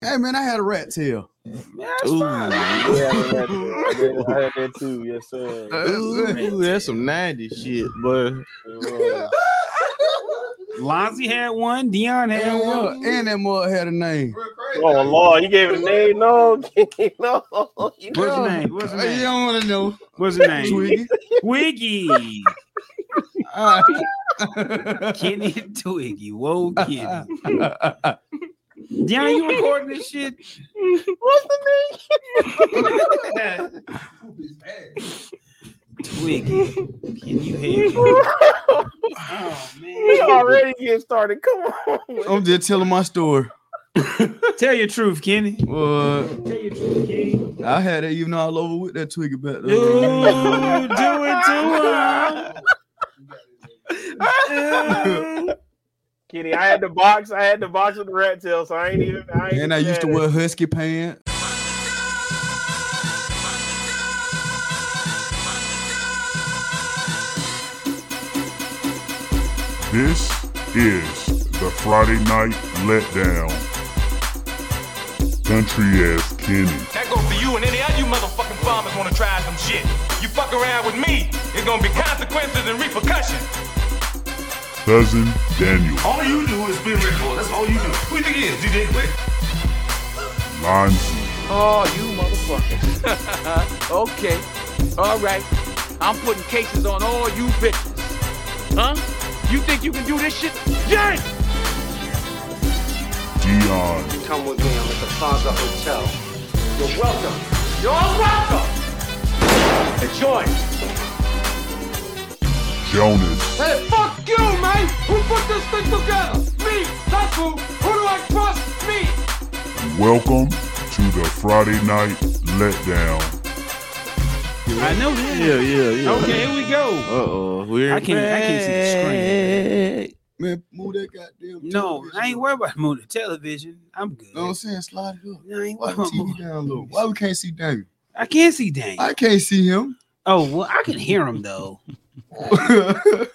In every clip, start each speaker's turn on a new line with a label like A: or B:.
A: Hey man, I had a rat tail.
B: That's
C: Ooh.
B: fine.
C: Ooh,
B: Yeah, I had that too. I did- I had that too. Yes, sir.
A: Uh,
C: ooh, that's some 90s shit, but
B: It was.
D: Lonzy had one. Dion had
A: And,
D: one.
A: what- and that mug had a name.
B: Oh Lord, you gave it a name? No, no. You
D: What's
B: know.
D: his name? What's his
A: Uh, you
D: name?
A: don't want to know.
D: What's his name?
A: Twiggy.
D: Twiggy.
A: Uh,
D: Kenny Twiggy. Whoa, Kenny. Dion, you recording this shit?
B: What's the name?
D: Twiggy. Can you hear me? Oh
B: We
D: man.
B: already get started. Come on.
A: I'm just telling my story.
D: Tell your truth, Kenny.
A: Uh,
D: Tell your truth, Kenny.
A: I had it even all over with that Twiggy back
D: Ooh, do
A: there.
D: it to him. Ooh.
B: Kitty, I had the box. I had the box with the rat tail, so I ain't even. I ain't
A: And I
B: even
A: used to
B: mad
A: wear husky pants.
E: This is the Friday Night Letdown. Country ass Kenny.
F: That goes for you and any other you motherfucking farmers wanna try some shit. You fuck around with me, it's gonna be consequences and repercussions.
E: Cousin Daniel.
F: All you do is spin Red Bull, that's all you do. Who you think it is, DJ Quick?
E: Lonzy.
G: Oh, you motherfuckers. okay. All right. I'm putting cases on all you bitches. Huh? You think you can do this shit? Yank!
E: Dion.
H: Come with me, I'm at the Plaza Hotel. You're welcome.
G: You're welcome!
H: Enjoy.
E: Jonas.
G: Hey, fuck you, man! Who put this thing together? Me! That's who! Who do I trust? Me!
E: Welcome to the Friday Night Letdown.
D: I know
C: yeah,
D: that.
C: yeah, yeah.
D: Okay, here we go.
C: Uh oh, we're
D: I can't I can't see the screen.
A: Man, move that goddamn.
D: No, I ain't worried about moving the television. I'm good.
A: You know what I'm saying? Slide it up.
D: No, I ain't
A: Why the
D: worried about moving-
A: TV down low? Why we can't see Daniel?
D: I can't see Daniel.
A: I can't see him.
D: oh well, I can hear him though.
A: All
D: You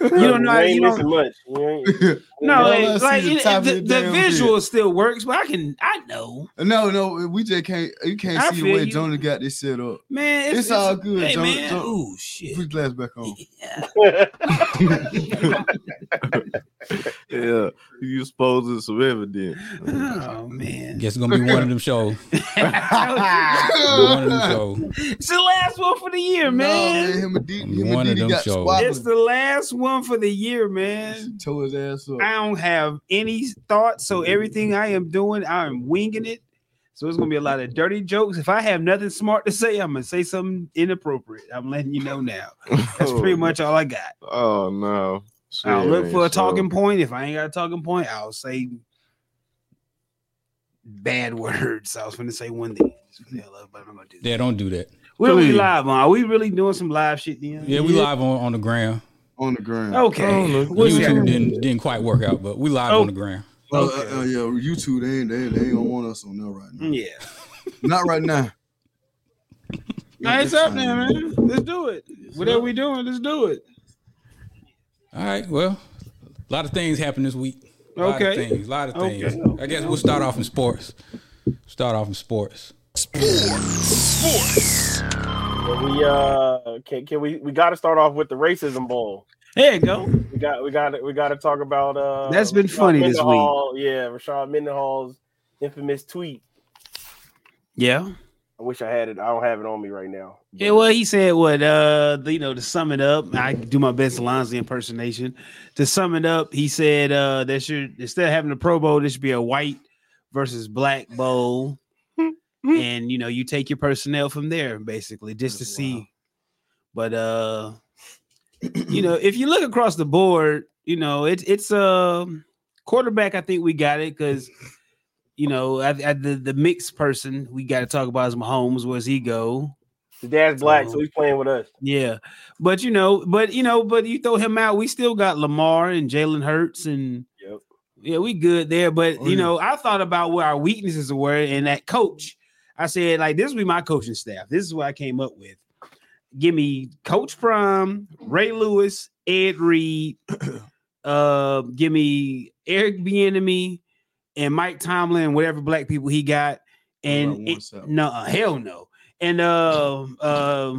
D: don't know. how-
B: You ain't
D: You don't,
B: missing much. You ain't,
D: no,
A: All I
D: it-
A: see
D: like
A: is the
D: it-
A: top of
D: the,
A: the
D: the
A: damn
D: visual still works, but I can. I know,
A: No, no, we just can't. You can't
D: I
A: see the
D: feel
A: way
D: you.
A: Jonah got this set up.
D: man.
A: It's, all good.
D: Hey
A: Jonah,
D: man,
A: Jonah,
D: ooh shit.
A: put the glass back on.
C: Yeah, you exposing some evidence.
D: Oh man,
I: Guess it's gonna be one of them shows.
D: it's
I: one of them shows.
D: the last one for the year,
A: No, man,
D: man.
A: him and D,
I: Only
A: him and
I: one of
A: Diddy
I: them
A: got
I: shows.
D: It's
A: squabbled.
D: the last one for the year, man.
A: Tore his ass up.
D: I don't have any thoughts, so everything I am doing, I'm winging it. So it's gonna be a lot of dirty jokes. If I have nothing smart to say, I'm gonna say something inappropriate. I'm letting you know now. That's pretty much all I got.
C: Oh no.
D: I'll
C: Shit,
D: look for a
C: man,
D: talking point. If I ain't got a talking point, I'll say bad words. I was going to say one thing, but I'm not gonna do that.
I: Yeah, don't do that.
D: What are we
C: please.
D: live on? Are we really doing some live shit then?
I: Yeah, we live on, on the ground.
A: on the ground.
D: Okay. What's
I: YouTube
D: that?
I: didn't didn't quite work out, but we live
D: Oh.
I: on the ground.
A: Oh,
D: Okay.
A: uh, uh, yeah, YouTube, they ain't, they, they ain't gonna want us on there right now.
D: Yeah.
A: Not right now.
D: Nah, it's up there, man. Let's do it. Whatever we doing, let's do it.
I: All right. Well, a lot of things happened this week. A lot of
D: Okay.
I: things. A lot of
D: Okay,
I: things.
D: okay,
I: I guess we'll start off in sports. Start off in sports.
B: But we uh can, can we we got to start off with the racism bowl.
D: There you go.
B: We got we got we got to talk about uh
D: That's been funny this week.
B: Mendenhall- Yeah, Rashad Mendenhall's infamous tweet.
D: Yeah.
B: I wish I had it. I don't have it on me right now.
D: Yeah, well, he said what uh you know to sum it up. I do my best Lonzo impersonation. To sum it up, he said uh there should instead of having a Pro Bowl, there should be a white versus black bowl, and you know you take your personnel from there basically just to see. But uh, you know if you look across the board, you know it's it's um quarterback. I think we got it because you know at, at the the mixed person we got to talk about is Mahomes. Where's he go?
B: His dad's black,
D: Oh.
B: so he's playing with us.
D: Yeah, but you know, but you know, but you throw him out, we still got Lamar and Jalen Hurts, and
B: Yep.
D: yeah, we good there. But
A: Oh,
D: you
A: yeah.
D: know, I thought about where our weaknesses were, and that coach, I said like, this would be my coaching staff. This is what I came up with. Give me Coach Prime, Ray Lewis, Ed Reed. uh, give me Eric Bieniemy and Mike Tomlin, whatever black people he got,
A: Not
D: and
A: one side.
D: no, uh, hell no, and uh, uh,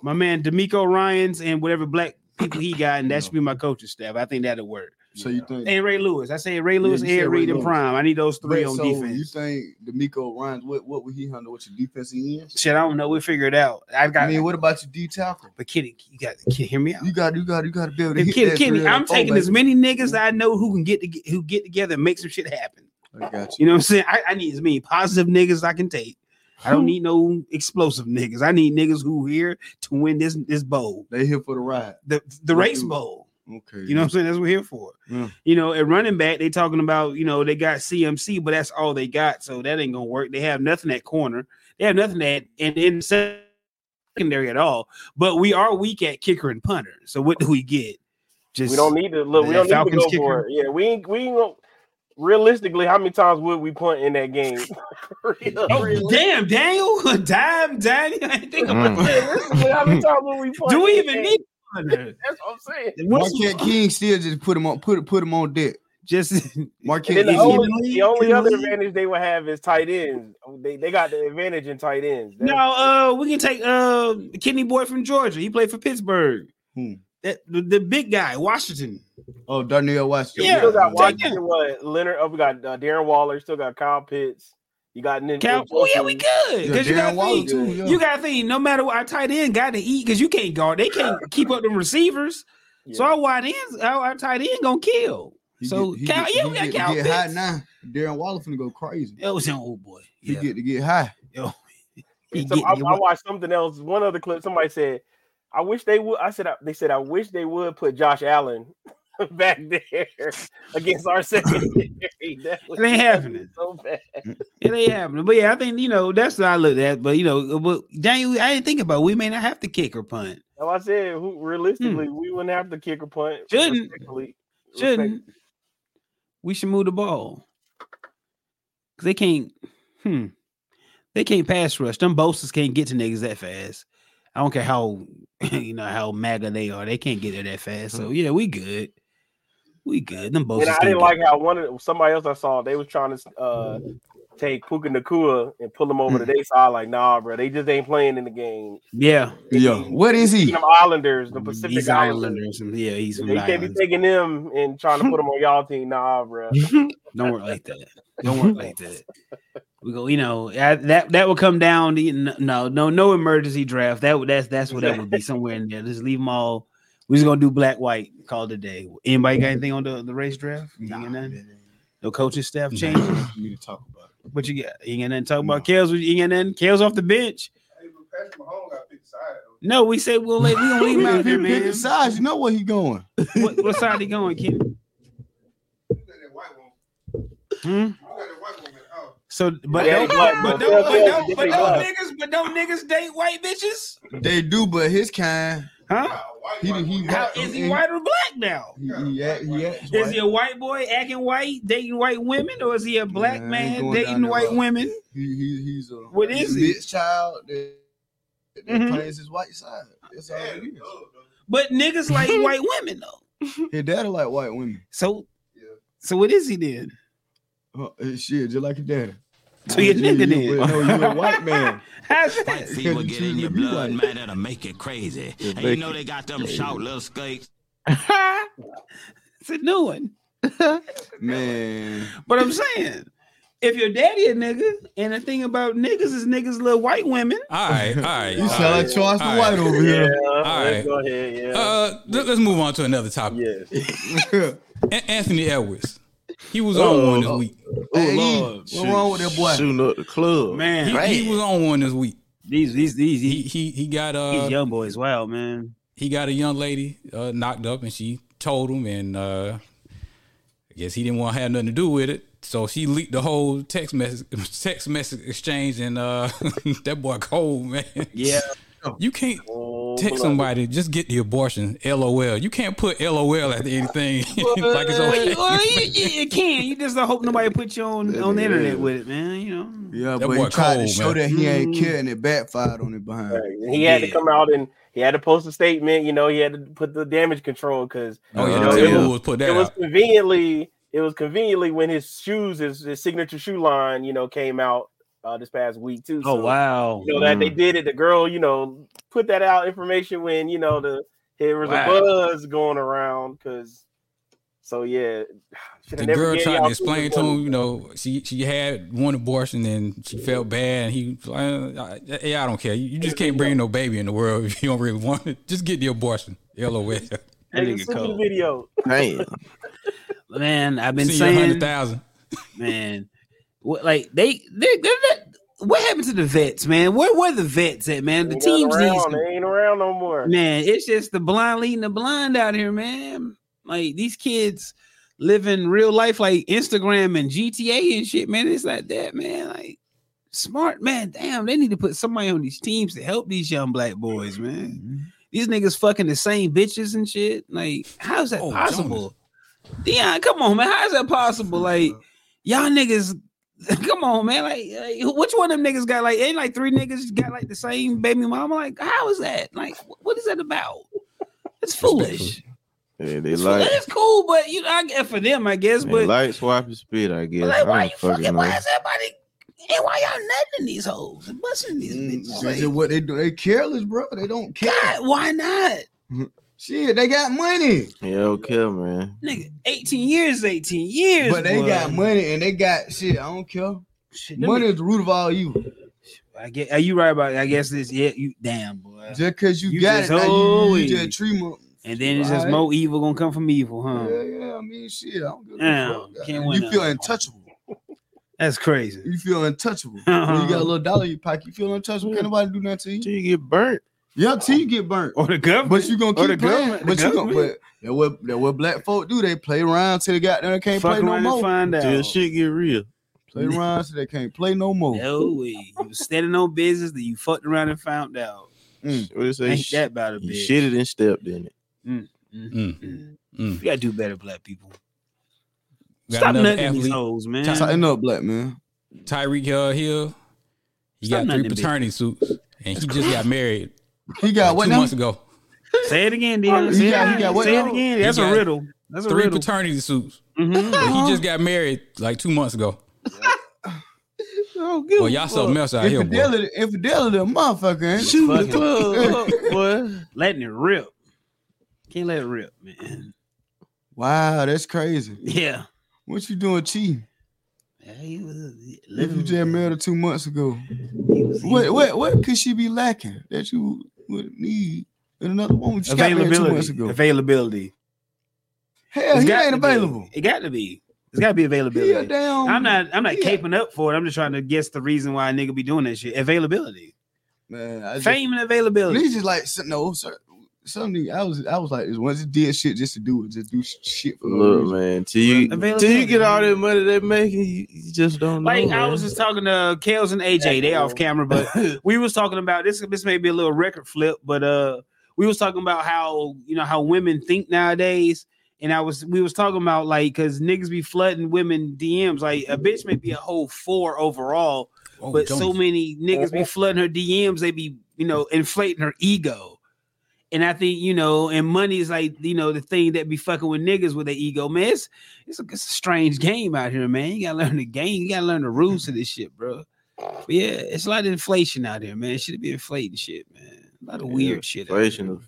D: my man D'Amico Ryan's and whatever black people he got, and that should be my coaching staff. I think that'll work.
A: So you think
D: And Ray Lewis, I said Ray Lewis,
A: you said
D: Ed
A: Ray
D: Reed, and
A: Lewis.
D: Prime. I need those
A: But
D: three on
A: so
D: defense.
A: You think D'Amico Ryan's what what would he handle? What your defensive ends?
D: Shit, I don't know. We'll figure it out. I got.
A: I mean, what about your D tackle?
D: but Kenny, you got Kenny, hear me out.
A: You got you got you got to be able to
D: If
A: hit
D: Kenny,
A: that
D: Kenny,
A: three
D: I'm
A: and four,
D: taking as
A: Oh, baby.
D: many niggas that I know who can get to, who get together and make some shit happen.
A: I got you.
D: You know what I'm saying? I, I need as many positive niggas I can take. I don't need no explosive niggas. I need niggas who here to win this this bowl,
A: They here for the ride.
D: the the race
A: Mhm.
D: bowl.
A: Okay.
D: You know what I'm saying? That's what we're here for.
A: Yeah.
D: You know, at running back, they talking about you know they got CMC, but that's all they got, so that ain't gonna work. They have nothing at corner. They have nothing at and in secondary at all. But we are weak at kicker and punter. So what do we get? Just
B: We don't need to look. We
D: Yeah,
B: don't need
D: Falcons
B: to go for it. Yeah, we ain't. We ain't gonna, realistically, how many times would we punt in that game? Real-
D: Oh,
B: realistically,
D: damn, Daniel, damn, Daniel. I think about
C: Mm.
B: realistically, how many times would we punt?
D: Do we
B: in
D: even
B: that
D: need
B: game?
D: punter?
B: That's what I'm saying.
A: Why
D: What's-
A: can't King still just put him on put put him on deck?
D: Just
B: And
A: Marquette
B: then the
A: King.
B: only,
D: league,
B: the only
D: in the
B: other
D: league.
B: advantage they would have is tight ends. They, they got the advantage in tight ends. That-
D: no, uh, we can take uh Kidney Boy from Georgia. He played for Pittsburgh.
A: Hmm.
D: That the, the big guy, Washington.
A: oh Darnell Washington.
B: we
D: yeah,
B: still got
D: take
B: Washington,
D: him.
B: what, Leonard. Oh, we got uh, Darren Waller. Still got Kyle Pitts. You got Ninja.
D: Cal- oh yeah, we good. Because you
A: Yeah, Darren
D: got
A: Waller
D: to think,
A: too. Yeah.
D: you got to think. No matter what, our tight end got to eat because you can't guard. They can't keep up the receivers. So our wide ends, our, our tight end gonna kill.
A: He
D: so
A: get- he
D: Cal-
A: get-
D: yeah,
A: he
D: we got
A: get-
D: Cal
A: he get high
D: Pitts.
A: now. Darren Waller finna go crazy.
D: That was an old boy.
A: He
D: Yeah.
A: get to get high.
D: He
B: Some- I,
D: getting-
B: I watched something else. One other clip. Somebody said, "I wish they would." I said, I- "They said I wish they would put Josh Allen back there against our secondary." That was-
D: It ain't happening.
B: So bad.
D: It ain't happening. But yeah, I think you know that's what I looked at. But you know, but Daniel, I didn't think about. We may not have to kick or punt.
B: Now I said, who, realistically, we wouldn't have to kick or punt.
D: Hmm. Shouldn't.
B: respectfully-
D: Shouldn't we should move the ball? Cause they can't. Hmm. They can't pass rush. Them boasters can't get to niggas that fast. I don't care how you know how MAGA they are. They can't get there that fast. So yeah, we good. We good. Them
B: Mm-hmm. And
D: boasters.
B: I
D: can't
B: didn't
D: get-
B: like how one of the- somebody else I saw they was trying to uh, take Puka Nakua and pull him
D: Hmm.
B: over to their side. Like, nah, bro, they just ain't playing in the game.
D: Yeah,
A: Yeah. What is he?
B: Them Islanders, the Pacific
D: he's Islanders.
B: Islanders.
D: and- Yeah, he's from
B: They
D: the
B: can't be
D: Islands.
B: taking them and trying to put them on y'all team. Nah, bro.
D: Don't work like that. Don't work like that. We go, you know, I, that that would come down. To, n- no, no, no emergency draft. That would that's that's what that would be somewhere in there. Just leave them all. We're just gonna do black white call today. Anybody got anything on the, the race draft? You ain't got nothing? No coaching staff changes.
A: You need to talk about.
D: What you got? You ain't got nothing to talk about. Kels, you ain't got nothing. Kels off the bench. No, we said we'll let we gonna leave him out
A: If he
D: there,
A: pick
D: man.
A: his size, you know where he going.
D: What, what side he going, Kenny? Hmm? So, but
B: Yeah,
D: don't,
B: he black,
D: but
B: bro.
D: don't, but
B: Yeah,
D: don't,
B: he
D: but don't
B: black.
D: niggas, but don't niggas date white bitches,
A: They do, but his kind.
J: uh,
D: huh?
A: He he.
D: How is he white or black now?
A: He, he, act- he acts
D: Is
A: white.
D: he a white boy acting white, dating white women, or is he a black
A: Nah, I ain't
D: man
A: going down
D: dating
A: that
D: white
A: road.
D: women?
A: He, he, he's a
D: What is
A: he's a
D: it?
A: mixed child that, that
D: Mhm.
A: plays his white side. That's all it is.
D: But niggas like white women though.
A: His daddy like white women.
D: So, so what is he then?
A: Huh, eh, shit, just like his daddy.
D: So you a
A: Yeah,
D: nigga
A: you a-
D: then?
A: No, you a white man.
D: How's
K: White
D: that?
K: fever get in your
A: You
K: blood,
A: like-
K: man. That'll make you crazy. And you
C: make
K: know
C: you
K: they got them short little skates.
D: It's a new one.
A: Man,
D: But I'm saying, if your daddy a nigga, and the thing about niggas is niggas love white women.
I: All right, all right.
A: you
I: all
A: sound like
I: right.
A: Charles the
I: All
A: White over
B: Yeah,
A: here.
B: let's
I: right.
B: go ahead. Yeah,
I: Uh, let- let's move on to another topic.
B: yes.
I: A- Anthony Edwards. He was on one this
A: Oh.
I: week.
A: Hey,
D: Lord.
A: what's wrong with that boy?
C: Shooting up the club.
I: He,
D: Man,
I: he was on one this week.
D: these these these
I: He he he got
D: These
I: uh
D: young boys, wow, man.
I: he got a young lady uh, knocked up, and she told him, and uh, I guess he didn't want to have nothing to do with it. So she leaked the whole text message text message exchange, and uh, that boy cold man.
D: Yeah.
I: You can't
B: Oh,
I: text
B: beloved.
I: somebody just get the abortion. LOL. You can't put LOL at anything like it's
D: Well,
I: okay.
D: you, well, you, you, you can. You just don't hope nobody put you on, on the internet with it, man. You know.
A: Yeah,
I: That
A: but he
I: boy
A: tried to
I: cold,
A: show
I: man.
A: that he
D: Mm.
A: ain't care, and it backfired on it behind.
B: Right. And he had to
D: Yeah.
B: come out and he had to post a statement. You know, he had to put the damage control because
I: Oh yeah,
A: Oh,
I: the
A: yeah.
I: Timberwolves put that
B: it was
I: out.
B: conveniently it was conveniently when his shoes, his, his signature shoe line, you know, came out uh, this past week too.
D: Oh
B: So,
D: wow.
B: You know that they
D: Mm.
B: did it. The girl, you know, put that out information when you know the there was
I: Wow.
B: a buzz going around because. So yeah, shoulda
I: the
B: never
I: girl
B: gave
I: tried to
B: y'all
I: explain
B: food
I: to
B: for
I: him, you know, she she had one abortion and she felt bad, and he, was like, uh, yeah, I don't care. You, you just can't bring no baby in the world if you don't really want it. Just get the abortion. LOL.
B: Hey, you sent me the video.
C: Damn.
D: man, I've been
I: See you a
D: saying
I: hundred thousand.
D: man. What like they they, they, they- what happened to the vets, man? Where were the vets at, man? The
B: Ain't
D: teams
B: around,
D: needs to-
B: they ain't around no more.
D: man. It's just the blind leading the blind out here, man. Like these kids living real life, like Instagram and GTA and shit, man. It's like that, man. Like smart man, damn. They need to put somebody on these teams to help these young black boys, man. These niggas fucking the same bitches and shit. Like, how is that
I: Oh,
D: possible? Dion, come on, man. How is that possible? Like, y'all niggas, come on, man. Like, like, which one of them niggas got like ain't like three niggas got like the same baby mama? Like, how is that? Like, wh- what is that about? It's foolish.
C: Yeah, they like
D: it's cool, but you know, I guess for them, I guess.
C: they
D: But
C: like swap and spit. I guess.
D: like, why
C: I
D: you
C: don't
D: fucking?
C: know.
D: Why is everybody? And why y'all nutting these hoes and busting these
A: This
D: bitches?
A: is
D: Like,
A: what Mm. they do. They careless, bro. They don't care. Mm.
D: God, why not?
A: Shit, they got money,
C: Yeah, okay, man.
D: Nigga, 18 years, is 18 years.
A: but they
D: boy.
A: got money and they got shit. I don't care.
D: Shit, them
A: Money is the root of all evil.
D: I get. Are you right about? I guess this. Yeah, you damn boy.
A: Just cause you,
D: You
A: got
D: just
A: it, now you,
D: always-
A: you just treat mo-
D: And then it's just more evil gonna come from evil, huh?
A: Yeah, yeah. I mean, shit. I don't give a
D: Damn,
A: fuck.
D: can't
A: you
D: win
A: feel
D: that.
A: untouchable.
D: That's crazy.
A: You feel untouchable. when you got a little dollar in your pocket. You feel untouchable. Can't nobody do nothing to you.
C: Till you get burnt.
A: Yeah, till you get burnt.
D: Or the government.
A: But you gonna
D: Or the
A: keep playing.
D: government,
A: But
D: the
A: you gonna
D: government.
A: but that what that what black folk do. They play around till they got there and can't
D: Fuck
A: play no
D: around and
A: more.
D: find
C: Till
D: out.
C: shit get real.
A: Play around till they can't play no more.
D: No way. You was standing on business that you fucked around and found out.
C: What they say?
D: Hmm. Ain't
C: Sh-
D: that about a
C: you
D: bitch?
C: shitted and stepped in it.
I: Mm.
D: We gotta do better, black people.
I: Got
D: Stop
I: another
D: nutting these
I: athlete.
D: hoes, man.
A: Tighten up, black man.
I: Tyreek uh, Hill. He
D: Stop
I: got three
D: nothing, bitch.
I: paternity suits, and he just got married
A: He got
I: two
A: what now?
I: months ago.
D: Say it again, Dion.
A: He
D: Say,
A: got-
D: it,
A: he got what
D: say it
A: now?
D: again. That's
I: got
D: a riddle. That's a
I: Three
D: riddle.
I: paternity suits.
D: Mhm.
I: But he just got married like two months ago.
D: Oh, good
I: Well, y'all something
D: Lord.
I: else out here, boy.
A: Infidelity, infidelity, a motherfucker. Ain't
D: Shoot the
A: it?
D: plug, up, boy. Letting it rip. Can't let it rip, man.
A: Wow, that's crazy.
D: Yeah.
A: What you doing cheating?
D: Yeah, he was
A: If
D: living
A: you just married her two months ago,
D: he was- he
A: what
D: was-
A: what what could she be lacking that you would need in another woman? She got married two months
D: availability.
A: ago.
D: Availability.
A: Hell,
D: It's
A: he
D: got
A: ain't
D: to be.
A: available.
D: It got to be. It's got to be
A: He a
D: availability.
A: damn.
D: I'm not. I'm not
A: Um, yeah.
D: caping up for it. I'm just trying to guess the reason why a nigga be doing that shit. Availability,
A: man. I just,
D: fame, and availability.
A: He's just like so- no, sir. Something I was, I was like, this once it did shit just to do it, just do sh- shit for no
C: Look,
A: reason.
C: man, till you till you
D: Availability.
C: get all that money they making, you, you just don't know.
D: Like I
C: man.
D: was just talking to Kales and AJ. They off camera, but we was talking about this. This may be a little record flip, but uh, we was talking about how you know how women think nowadays. And I was we was talking about like because niggas be flooding women DMs. Like a bitch may be a whole four overall,
I: Oh,
D: but
I: don't
D: so many niggas be flooding her DMs. They be, you know, inflating her ego. And I think, you know, and money is like, you know, the thing that be fucking with niggas with their ego. Man, it's, it's, a, it's a strange game out here, man. You gotta learn the game. You gotta learn the rules of this shit, bro. But yeah, it's a lot of inflation out here, man. Should be inflating shit, man. A lot of
C: Yeah,
D: weird shit. out
C: Inflation
D: here.
C: of-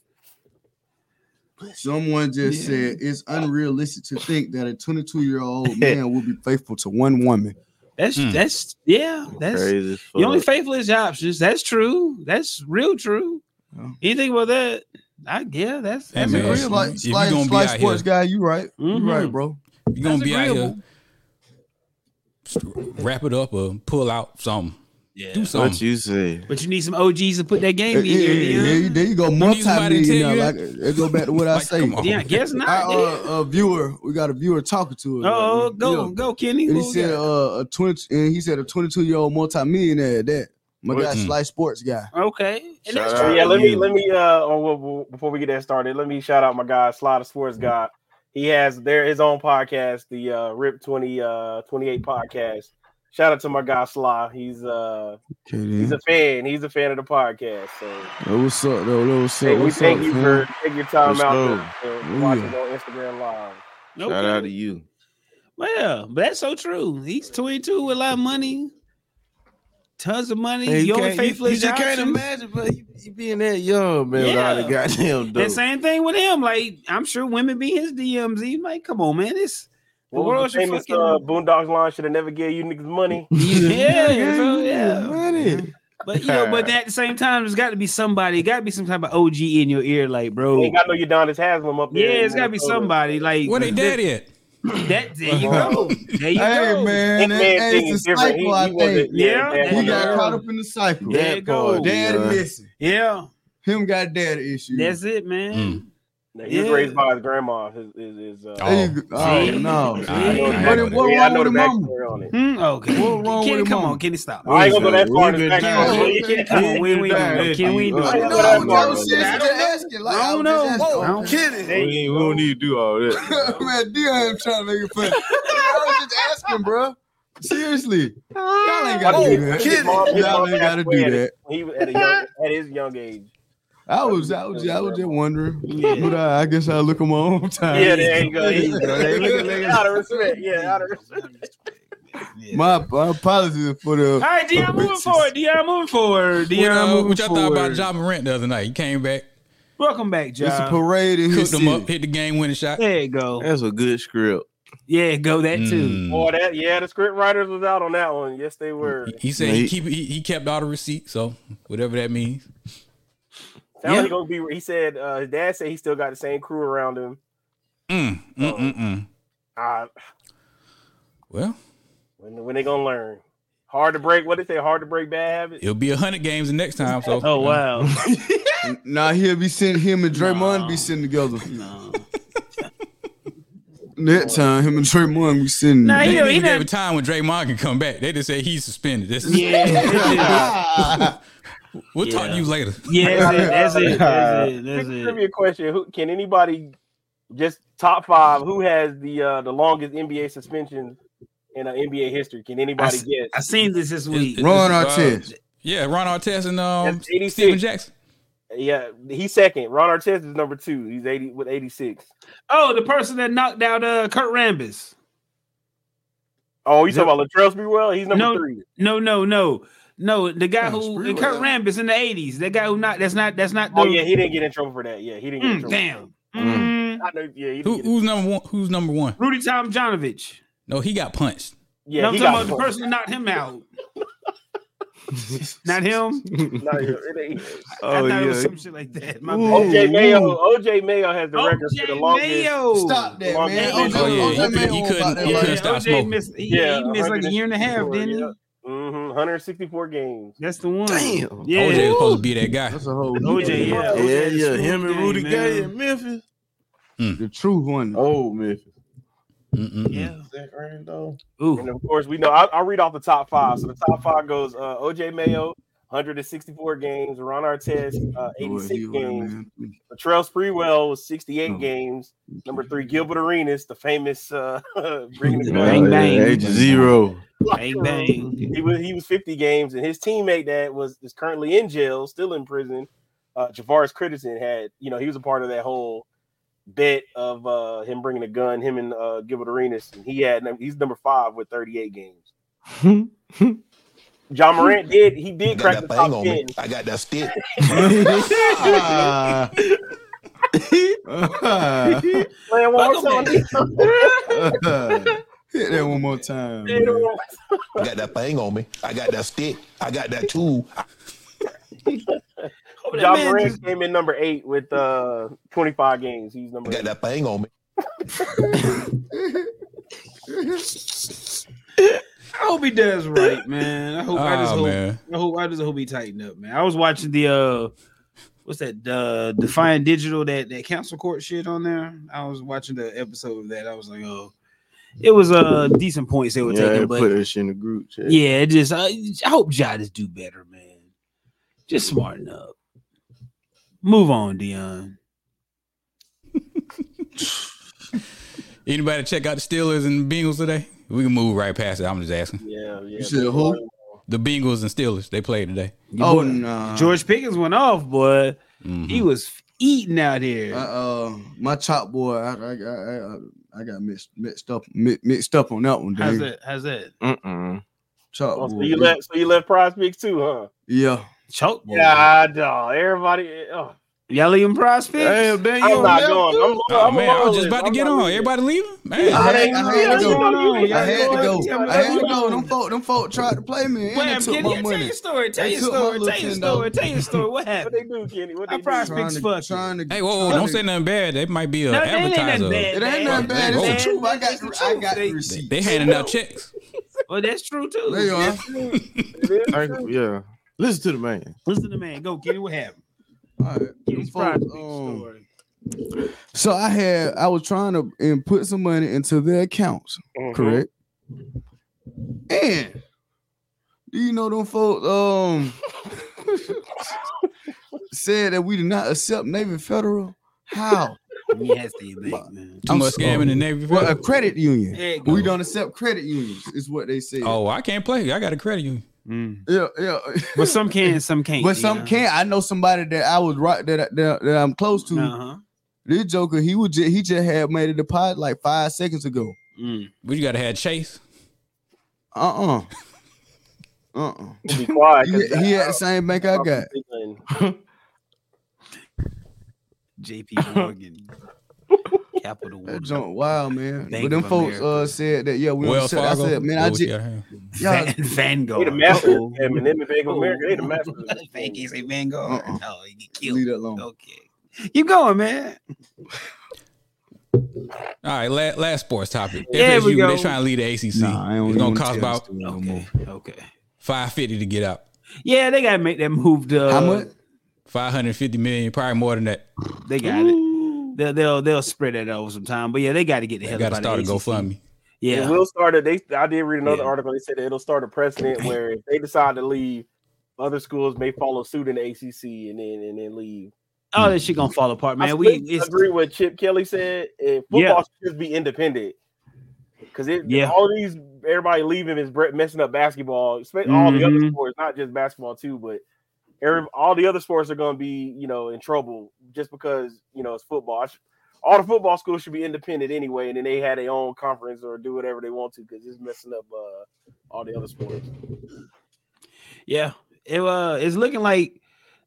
A: Someone just
D: Yeah.
A: said it's unrealistic to think that a 22 year old man will be faithful to one woman.
D: That's
I: Mm.
D: that's yeah, that's
C: crazy. as
D: the only
C: fuck.
D: faithful is your options. That's true. That's real true.
A: Yeah.
D: Anything about that? I yeah, that's
I: Hey,
D: that's
I: man,
D: real.
I: if-
A: like,
I: if you
A: like,
I: gonna be
A: like
I: out
A: sports
I: here-
A: guy, you right,
C: Mm-hmm.
A: you right,
D: Mhm.
A: bro.
I: you gonna be out here
D: agreeable.
I: wrap it up or pull out something.
D: Yeah.
I: Do
C: What
I: something.
C: you say?
D: But you need some OGs to put that game
A: Yeah,
D: in here.
A: yeah, yeah,
D: Dion.
A: you- there you go,
I: need somebody to
A: multi-million.
I: tell you
A: now,
I: that.
A: Like, it go back to what I
I: Like,
A: say.
I: come on.
D: Dion, guess
A: I,
D: not.
A: uh, a viewer, we got a viewer talking to us.
D: oh,
A: Yeah.
D: go, go, Kenny.
A: And he
D: Who we
A: said
D: got?
A: uh, a twenty, and he said a twenty-two-year-old multi-millionaire. at That my
C: What-
A: guy,
I: Mm.
A: Slice Sports guy.
D: okay. And that's
C: Shout
D: true.
C: out.
B: yeah, let me
C: you.
B: let me uh on what- what- before we get that started, let me shout out my guy Slaughter Sports God. He has their his own podcast, the uh Rip 20 uh 28 podcast. Shout out to my guy Sly. He's uh
A: Okay,
B: he's
A: then.
B: a fan. He's a fan of the podcast. So
A: Yo, what's up, though? Yo, What's up?
B: hey, we
A: what's
B: thank
A: up,
B: you
A: fam?
B: for taking your time
C: Let's
B: out
C: go.
B: to, to
A: Oh,
B: watch
A: yeah.
B: us on Instagram Live.
C: Shout out to you.
D: Well, yeah, but that's so true. He's 22 with a lot of money, tons of money.
C: Hey, you
D: Your
C: can't- you-
D: faithful
C: you just can't imagine, but you, being that young, man, without a goddamn dope.
D: That same thing with him. Like, I'm sure women be his DMs. He's like, come on, man. This the
B: What was
D: world
B: the
D: should
B: famous
D: fucking
B: uh, Boondocks line should have never gave you niggas money.
D: yeah, bro, yeah.
C: Money.
D: But you know, but at the same time, there's got to be somebody. Got to be some type of OG in your ear, like bro.
B: Ain't got no Udonis Haslam up there.
D: Yeah, it's got to be somebody. Like
I: Where they dead
D: that-
I: at?
D: That there you
I: Uh-huh.
D: go. There you
A: Hey
D: go.
A: man, that,
B: That man
A: hey,
B: thing is
A: it's the
B: different. He-
A: cycle. I
B: he wasn't-
A: think
D: Yeah,
B: yeah,
A: he
B: that
A: got
B: was-
A: caught up in the cycle.
D: There you go.
A: Daddy
C: yeah.
A: missing.
D: Yeah,
A: Him got daddy issues.
D: that's it,
I: Mm.
D: man.
B: He was
D: Yeah.
B: raised by his grandma. His, his, his, uh,
A: There you go.
D: See?
A: Oh no.
D: See?
A: I-
D: Yeah,
A: What what
B: yeah, I
A: wrong with
B: know the
A: the mama?
B: backstory on it.
D: Hmm, okay.
A: What wrong
D: Kenny,
A: with
D: come
A: him?
D: on, Kenny, stop.
B: I ain't gonna go that
C: We're
B: far in
C: good
B: the backstory.
A: now.
D: Come on, we we-
C: Hey,
D: Can we?
C: hey,
A: I
B: I
A: know
B: know
A: that
B: that
A: was
B: part.
A: just asking. Like, I
D: I
A: was
D: don't
A: just
D: know.
A: asking.
D: I don't-
C: We, ain't- we don't need to do all that.
A: man, Dion ain't trying to make it funny. I was just asking, bro. Seriously, y'all ain't
D: Oh,
A: gotta do that.
B: His mom- his
A: Y'all
B: mom
A: ain't gotta
B: passed away
A: do
B: at-
A: that.
B: He was at, a young, at his young age.
A: I was, I was, I was just wondering.
D: Yeah.
A: But I, I guess I look them on time.
B: Yeah, there you go. He-
A: There you go.
B: Out of respect. Yeah, out of respect.
A: My, my apologies for the.
D: All right, Dion, moving forward. Dion, moving forward.
I: What,
D: Dion,
I: uh,
D: moving
I: what y'all thought about
D: forward.
I: John Morant the other night? He came back,
D: Welcome back,
A: It's a
D: John.
A: parade in his
I: cooked him
A: city.
I: up, hit the game winning shot.
D: There you go.
C: That's a good script.
D: Yeah, go that too.
I: Mm.
B: Boy, that yeah, the script writers was out on that one. Yes, they were.
I: He said
C: Yeah,
I: he,
C: he-
I: keep he, he kept all the receipts, so whatever that means.
B: Sound
D: Yeah.
B: like he gonna be. He said uh, his dad said he still got the same crew around him.
I: Mm,
D: Oh.
I: mm, mm, mm.
B: Ah,
I: Well,
B: when when they gonna learn? Hard to break. What they say? Hard to break bad habits.
I: it'll be hundred games the next time. So
D: Oh wow.
A: Nah, he'll be sitting. Him and Draymond be sitting together.
D: no.
A: That time, him and Draymond be sitting.
D: Nah,
I: They
D: he-
I: didn't
D: he
I: even
D: done-
I: give a time when Draymond can come back. They just said he's suspended. This is,
D: Yeah, that's it.
I: we'll talk to you later.
D: Yeah, that's it. That's it. That's it. That's it.
B: Trivia question: Who can anybody just top five? Who has the uh, the longest NBA suspension in uh, NBA history? Can anybody
D: s-
B: guess?
D: I seen this this week.
A: Ron
I: Uh,
A: Artest.
I: Yeah, Ron Artest and um,
B: That's 86.
I: Steven Jackson.
B: yeah, he's second. Ron Artest is number two. He's eighty with eighty six.
D: Oh, the person that knocked out uh, Kurt Rambis.
B: Oh, you talking about Latrell Sprewell? He's number
D: No.
B: three.
D: No, no, no, no. The guy
A: Yeah,
D: who
A: Sprewell.
D: and Kurt Rambis in the eighties. That guy who not. That's not. That's not. The,
B: Oh yeah, he didn't get in trouble for that. Yeah, he didn't get in
D: Mm,
B: trouble.
D: damn. Mm.
B: I know. Yeah, he didn't
I: Who,
B: get in-
I: who's number one? Who's number one?
D: Rudy Tomjanovich.
I: No, he got punched.
B: yeah.
D: no, I'm
B: he
D: talking
B: got
D: about the
B: punched.
D: person that knocked him out. not him.
B: No, it ain't-
D: I
C: Oh
D: thought it was
C: yeah.
D: some shit like that. My
A: Ooh.
D: bad.
B: OJ
A: Ooh.
B: Mayo. OJ Mayo has the record for the
D: OJ
B: longest.
D: Mayo.
A: Stop that,
B: Well,
A: man.
D: man, oh, yeah,
A: oh,
D: he
A: that
I: could-
A: man
I: he
A: won't
I: couldn't-
A: about that
I: he
D: Yeah,
A: life.
I: couldn't stop
D: OJ
I: smoking.
D: missed. He,
B: Yeah,
D: he missed like a year and a half, didn't he?
B: Mm-hmm, 164 games.
D: That's the one.
C: Damn.
D: Yeah.
I: OJ was supposed to be that guy.
A: That's a whole.
D: OJ, Oh, yeah.
C: Oh, Yeah,
D: OJ
C: yeah.
D: Snoop
C: Him and
D: Gang,
C: Rudy
D: man.
C: Gay in Memphis.
A: The true one.
C: Oh, Memphis.
I: Mm-mm-mm.
D: Yeah.
C: That rain though.
B: And
D: Ooh.
B: of course, we know I, I'll read off the top five. So the top five goes uh, OJ Mayo, 164 games, Ron Artest, uh, 86 games, Latrell Sprewell was 68
A: Oh.
B: games, number three, Gilbert Arenas, the famous uh, bringing the
D: Bang,
B: gun.
D: bang.
C: Age of zero.
D: Bang bang.
B: He was he was 50 games, and his teammate that was is currently in jail, still in prison. Uh, Javaris Crittison had, you know, he was a part of that whole bet of uh, him bringing a gun, him and uh, Gilbert Arenas, and he had num- he's number five with 38 games. John Morant did he did crack the top ten.
K: I got that stick.
B: Man, one more
D: Welcome
B: time. Hit
A: Hit that one more time.
B: it
A: man.
B: one-
K: I got that thing on me. I got that stick. I got that tool.
D: Oh, that
B: John
D: man
B: Morant
D: just-
B: came in number eight with uh, 25 games. He's number
K: I got
B: eight.
K: that thing on me.
D: I hope he does right, man. I hope I just
I: Oh,
D: hope
I: man.
D: I hope I just hope he tightened up, man. I was watching the uh what's that the Defiant Digital that that council court shit on there. I was watching the episode of that. I was like, oh, it was uh decent points they were
C: Yeah,
D: taking,
C: they
D: but
C: put that shit in the group chat.
D: yeah, it just I, I hope Ja just do better, man. Just smarten up. Move on, Dion.
I: Anybody check out the Steelers and Bengals today? We can move right past it. I'm just asking.
B: Yeah, yeah.
A: You said who?
I: The Bengals and Steelers, they played today.
A: Oh
C: Uh-huh.
A: no.
D: George Pickens went off, boy.
I: Mhm.
C: Mm-hmm.
D: He was eating out here.
A: I, uh, my chop boy, I, I, I, I, I got mixed mixed up mi- mixed up on that one. Dude.
D: How's that? How's that?
A: Mm-mm. Chalk
B: Oh, so
A: boy,
B: you
A: dude.
B: left, so you left Prize Picks too, huh?
A: Yeah.
D: Choke.
B: Yeah, dog. Everybody. Oh.
D: Y'all leaving Prize Picks?
A: Damn, man, you
B: I'm
A: on
B: not
A: that,
B: going.
A: dude?
B: I'm,
I: Oh,
B: I'm
I: man,
B: on
I: I was just
B: it.
I: about to
B: I'm
I: get
B: on
I: on.
B: it.
I: Everybody leaving? Man,
A: I had,
B: Yeah,
A: I had to
B: you
A: go.
B: know, Oh, you
A: I had to
B: know,
A: go.
B: you know,
A: I had
B: you
A: to
B: know.
A: go. Them folk, them folk tried to play me and they
D: Wait,
A: took my
D: Kenny, tell your
A: money.
D: story. Tell
A: They
D: your
A: took my
D: story.
A: little
D: Tell your
A: $10.
D: story. Tell your story. What
B: What
D: happened?
B: they do, Kenny? What
D: I
B: they
D: prize
B: do?
A: Trying
D: picks
A: to,
D: fuck.
A: trying to,
I: hey, whoa, whoa,
A: trying
I: don't
A: to-
I: say nothing bad. They might be an
D: No, that ain't
I: advertiser.
D: nothing bad.
A: It ain't nothing bad.
I: They
A: It's the
I: go.
A: truth. I got,
D: It's the
A: I
D: truth.
A: got the
D: They-
I: They,
A: receipt.
I: they handing out checks.
D: Well, that's true too.
A: There you are.
C: Thank- yeah. Listen to the man.
D: Listen to man. Go, Kenny. What happened?
A: All right.
D: Kenny's
A: Folks,
D: prize picks
A: um,
D: story.
A: So I had I was trying to and put some money into their accounts, correct? And do you know them folks um said that we did not accept Navy Federal? How?
D: Nasty bank, man.
I: Too
A: I'm
I: much
A: sorry.
I: scamming in the Navy.
A: Well, a credit union.
D: There you go.
A: We don't accept credit unions, is what they said.
I: Oh, I can't play. I got a credit union.
D: Mm.
A: yeah, yeah.
D: But some can, some can't.
A: But some can't. I know somebody that I was right that that, that I'm close to.
D: Uh huh.
A: This Joker, he was just, he just had made a deposit like five seconds ago.
D: Mm.
I: But you got to have Chase.
A: Uh uh-uh. uh. Uh
B: Be quiet. 'cause
A: He, he had the same bank I got.
D: J.P. Morgan, Capital
A: That
D: One,
A: junk wild, man.
D: Bank
A: but them
D: uh, of
A: folks
D: America.
A: uh, said that yeah, we
I: Wells
A: upset. I
I: Fargo. Oh,
A: said, man, I
I: What was
A: just
I: the other hand?
A: y'all.
B: They the
D: Vanguard.
B: masters.
D: Uh-oh.
B: Yeah, man, them in Bank of America, they the masters. of
D: Other thing
B: this
D: is a Vanguard.
A: Uh-uh.
D: Oh, you get
A: Leave
D: killed.
A: that alone.
D: Okay. Keep going, man.
I: All right, last, last sports topic.
D: There we
I: FSU,
D: go.
I: they trying to lead the ACC. it's
A: even
I: gonna
A: tell
I: cost
A: you
I: about
A: still no more.
D: Okay. Okay.
I: five fifty to get out.
D: Yeah, they gotta make that move to
A: How much?
I: Five hundred fifty million, probably more than that.
D: They got it. They'll, they'll they'll spread that over some time. But yeah, they got to get the
I: They
D: hell
I: got to
D: out
I: start a
D: of the ACC.
I: GoFundMe.
B: It
D: Yeah,
B: will start a, they I did read another
I: Yeah.
B: article. They said that it'll start a precedent where if they decide to leave, other schools may follow suit in the ACC and then and then leave.
D: all this shit gonna fall apart,
B: I
D: man. We
B: completely
D: it's,
B: agree with Chip Kelly said. And football
D: Yeah.
B: should just be independent because it
D: Yeah.
B: all these everybody leaving is bre- messing up basketball. Expect all the other
D: Mhm.
B: sports, not just basketball too, but every, all the other sports are going to be you know in trouble just because you know it's football. I sh- all the football schools should be independent anyway, and then they had their own conference or do whatever they want to because it's messing up uh, all the other sports.
D: yeah. It uh, it's looking like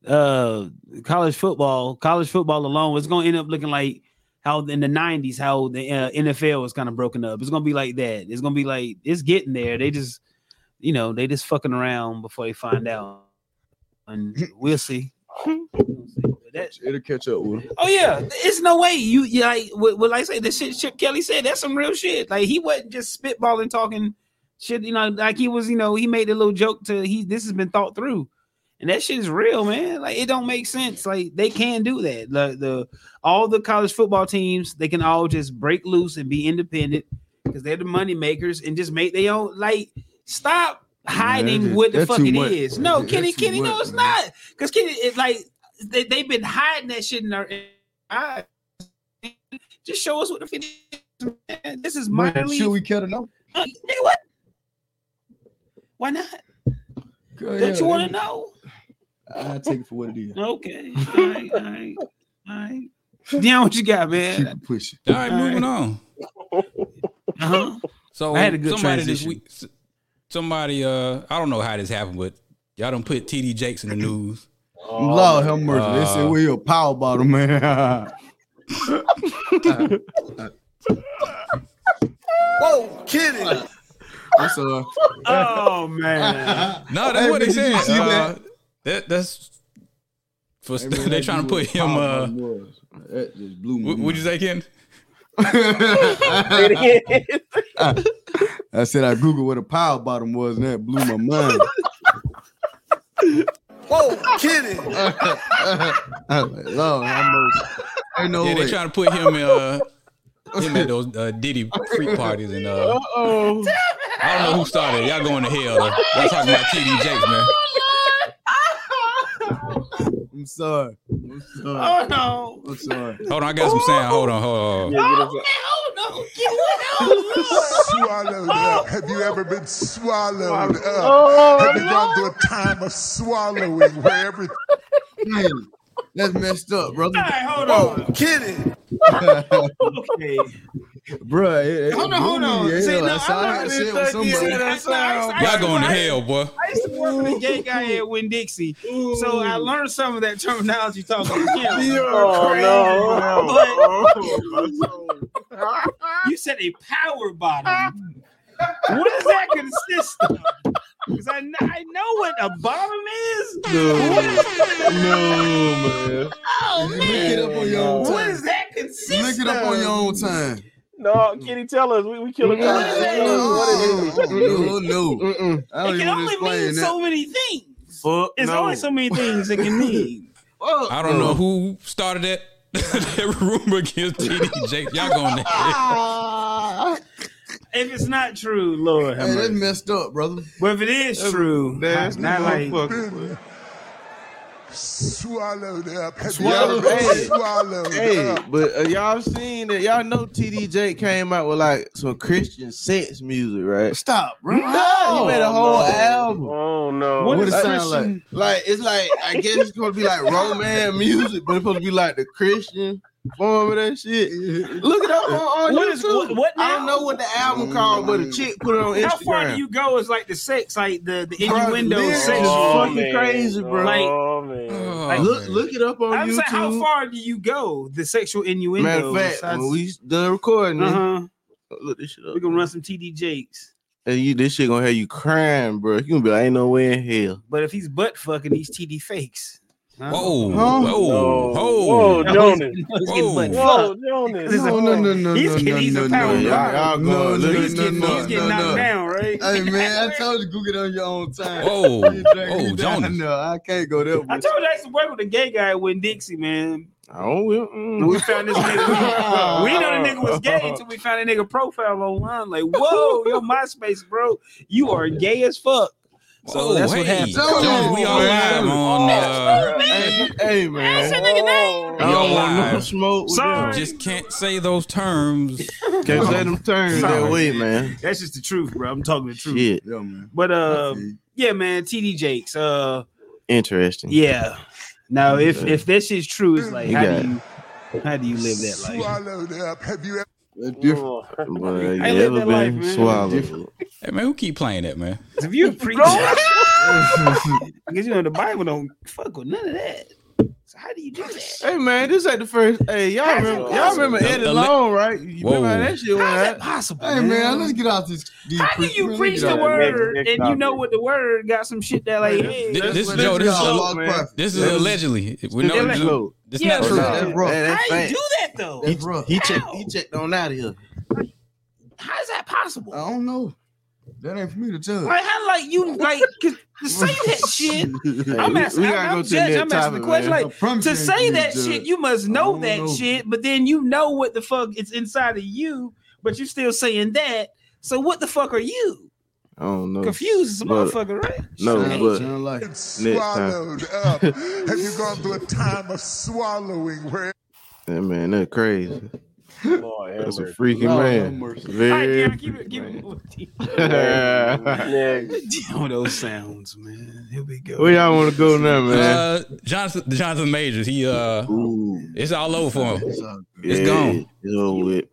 D: uh, college football, college football alone, it's gonna end up looking like how in the '90s how the uh, NFL was kind of broken up. It's gonna be like that. It's gonna be like it's getting there. They just, you know, they just fucking around before they find out, and we'll see. We'll see. But that-
A: It'll catch up with. him.
D: Oh yeah, it's no way you you like what, what like say the shit Chip Kelly said. That's some real shit. Like he wasn't just spitballing talking shit. You know, like he was. You know, he made a little joke to he. This has been thought through, and that shit is real, man. Like it don't make sense. Like they can do that. Like the all the college football teams, they can all just break loose and be independent because they're the money makers and just make their own. Like stop hiding
A: that's-
D: what the
A: that's
D: fuck
A: too
D: it
A: much.
D: is. No,
A: That's
D: Kenny,
A: too
D: Kenny, no,
A: much,
D: it's
A: man.
D: not. Because Kenny, it's like they, they've been hiding that shit in our eyes. Just show us what the fuck it is, man. This is minor
A: Man,
D: league.
A: should we cut it off?
D: Uh, nigga, what? Why not?
A: Girl,
D: Don't
A: yeah,
D: you want
A: that-
D: to know?
A: I take it for what it is.
D: Okay. All right. All right. All right. Dion, what you got,
A: Keep
D: man?
A: it pushing.
I: All right,
D: All right.
I: moving on.
D: Uh huh.
I: So
D: I had a good
I: somebody
D: transition.
I: this week, somebody. Uh, I don't know how this happened, but y'all don't put TD Jakes in the news.
D: Oh,
B: Um,
A: Lord have mercy. they said
I: Uh,
A: we a power bottle, man. Whoa, kidding. I'm sorry.
D: Oh man.
I: No, that's
A: Hey,
I: what they
A: man, did
I: said.
A: you see
I: Uh, that that's for
A: Hey, man,
I: they
A: that
I: trying to
A: dude
I: put
A: was
I: him.
A: power
I: Uh,
A: bottle was. that just blew me.
I: what would you say, Ken?
A: I said I googled what a power bottom was, and that blew my mind. Whoa, kidding! Lord, have mercy. Ain't no
I: yeah, they
A: way.
I: trying to put him in. Uh, him at those uh, Diddy freak parties and uh,
B: oh,
I: I don't know who started. it. Y'all going to hell? Though. Y'all talking about TD Jakes, man.
A: I'm sorry. I'm sorry.
D: Oh no.
A: I'm sorry.
I: Hold on, I got some sound. Hold on, hold on.
B: Yeah, get
D: Oh,
B: us-
D: hell no. Get out.
E: Swallowed up. Have you ever been swallowed up?
B: oh,
E: Have you gone through a time of swallowing where everything
A: Man, that's messed up, brother.
D: All right, hold on.
A: kidding.
D: Okay.
A: Bruh, it- it
D: Hold on, hold
A: blew me,
D: on.
A: yeah,
D: See, no,
A: like, so I had
D: I'm
A: to share with somebody.
I: Y'all going to hell, boy.
D: I used to work with a gay guy at Winn Dixie, so I learned some of that terminology talking to him. Oh, But you said a power bottom. what does that consist of? Because I, kn- I know what a bottom is.
A: No, man.
D: Oh
A: Look it up on your own
D: What
A: time.
D: does that consist
A: Look it up on your own time.
B: No, Kitty, tell us. We, we kill it.
A: No, no, no, no. I don't
D: It
A: even
D: can
A: wanna
D: only
A: explain
D: mean
A: that.
D: so many things.
B: Fuck
D: It's only so many things it can mean.
I: I don't know who started that, that rumor against TD Jake. Y'all going to hell.
D: If it's not true, Lord have
A: Hey, that's
D: mercy.
A: messed up, brother.
D: But if it is true,
C: That's
D: not like
E: Swallow it up. Have
C: Swallow-
E: you ever
C: Hey.
E: been swallowed
C: Hey,
E: up?
C: but uh, y'all seen that? Y'all know TD Jake came out with like some Christian sex music, right?
A: Stop, bro.
C: he made
D: Oh,
C: a whole album.
B: Oh no.
D: What
A: What
D: is
A: it sound like?
D: Christian?
C: Like it's like I guess it's gonna be like romance music, but it's supposed to be like the Christian form of that shit. Look it up on, on
D: What
C: YouTube.
D: is- what- what
C: I don't
D: now?
C: know what the album called, but a chick put it on Instagram.
D: How far do you go? Is like the sex, like the the
C: Bruh,
D: innuendo
C: lyrics
D: sex.
C: is
B: Oh,
C: fucking
B: man.
C: crazy, bro.
B: Oh man.
I: Oh,
C: look, look it up on
D: I'm
C: YouTube.
D: saying, how far do you go? The sexual innuendo.
C: Matter of fact, when we done recording,
D: uh huh.
C: then look this shit up.
D: We're gonna run some TD Jakes.
C: And you, this shit gonna have you crying, bro. You gonna be like, ain't no way in hell.
D: But if he's butt fucking, these TD fakes. Huh?
I: Whoa,
A: Huh?
I: whoa,
B: Whoa,
I: whoa.
D: No,
B: Jonas.
D: he's- no, he's getting
I: Whoa.
D: butt
B: Whoa,
D: fucked.
B: Jonas.
D: This is-
A: No, no, no, no,
D: He's
A: no,
D: getting-
A: no,
D: he's a
A: no,
D: power
A: no,
C: Y'all,
D: bro.
C: y'all going,
A: No,
C: look,
A: no,
C: he's
A: no,
C: getting
A: no,
D: He's getting knocked down, right?
A: Hey man, I told you Google it on your own time.
I: Whoa,
A: You dragged
I: whoa,
A: me down.
I: Oh, Jonas.
A: No, I can't go there.
D: I told you I used to work with a gay guy when Dixie, man.
C: Oh, well, mm.
D: We found this nigga. We, we know the nigga was gay until we found a nigga profile online. Like, whoa, your MySpace, bro. You are gay as fuck. So
I: Whoa,
D: that's
I: Oh, hey.
D: what happened.
A: Jonas,
I: Jonas, we all
A: man.
I: live on. Uh,
C: hey, hey,
I: we
C: man. I
I: all
C: don't want no
I: live.
C: smoke. with
D: Sorry.
I: Just can't say those terms.
C: them. Can't let them turn that
D: Sorry.
C: way, man.
D: That's just the truth, bro. I'm talking the truth.
C: Shit,
A: Yeah, man.
D: But uh,
A: See?
D: yeah, man, TD Jakes. Uh,
C: interesting.
D: yeah. Now, if if this is true, it's like
C: You
D: how
C: got
D: do you how do you live that life?
E: Swallow it up. Have you ever
A: That's different.
B: Oh.
C: Boy, you
D: I live
C: ever
D: that life,
C: been
D: man.
C: swallowed?
I: Hey, man, who keep playing that, man?
D: If you preach, because you know the Bible don't fuck with none of that. So how do you do that?
C: Hey, man, this ain't the first. Hey, y'all remember? Y'all remember
I: The-
C: Eddie
I: the li-
C: Long, right? You
I: Whoa.
C: remember how that shit went
D: How's that
C: out?
D: possible?
A: Hey man, let's get out this. these
D: Oh, How do
A: preachers.
D: you
A: Let's
D: preach
A: get
D: the
A: out of here.
D: word and you know what the word got some shit that like hey,
I: This, this,
C: what
I: Joe,
C: they
I: this,
C: call
I: is-
C: it.
A: Log
C: man.
A: Prophet.
I: this is allegedly. We
C: That's
I: know
D: like-
I: this-
C: low.
I: this
D: Yeah,
I: not
D: true.
I: true.
A: That's rough.
C: Hey, that's
D: how you
C: fact.
D: do that though?
A: That's rough.
C: He checked. He checked on out of here.
D: How is that possible?
A: I
C: Uh,
A: don't know. That ain't for me to tell.
D: Like how like you like 'cause to say that shit? I'm
C: we-
D: asking.
C: we gotta
D: I'm,
C: go
D: I'm
C: to the
D: judging.
C: next
D: I'm asking
C: topic,
D: the question.
C: man.
A: I
D: Like
A: promise
D: to
A: you ain't
D: say
A: for me
D: that
A: to
D: shit,
A: judge.
D: you
A: I
D: must know
A: don't
D: that
A: know.
D: shit, but then you know what the fuck is inside of you, but you still saying that. So what the fuck are you?
C: I don't know.
D: Confused as a
C: But-
D: motherfucker, right?
C: No,
D: Shit.
C: but
A: Sound like-
E: been swallowed up? Have you gone through a time of swallowing where
C: Yeah, man, that's crazy.
B: Lord, have
C: That's a
B: mercy.
C: freaky
A: Lord have
C: man.
A: mercy.
D: All right,
C: Very.
D: Dion, keep it, keep it.
B: Next.
D: Damn those sounds, man. Here we go.
C: Where y'all want to go now, man?
I: Uh, Johnson, Johnson Majors. He uh,
C: Ooh,
I: it's all over for him.
A: It's all good.
I: it's gone.
C: It's over with.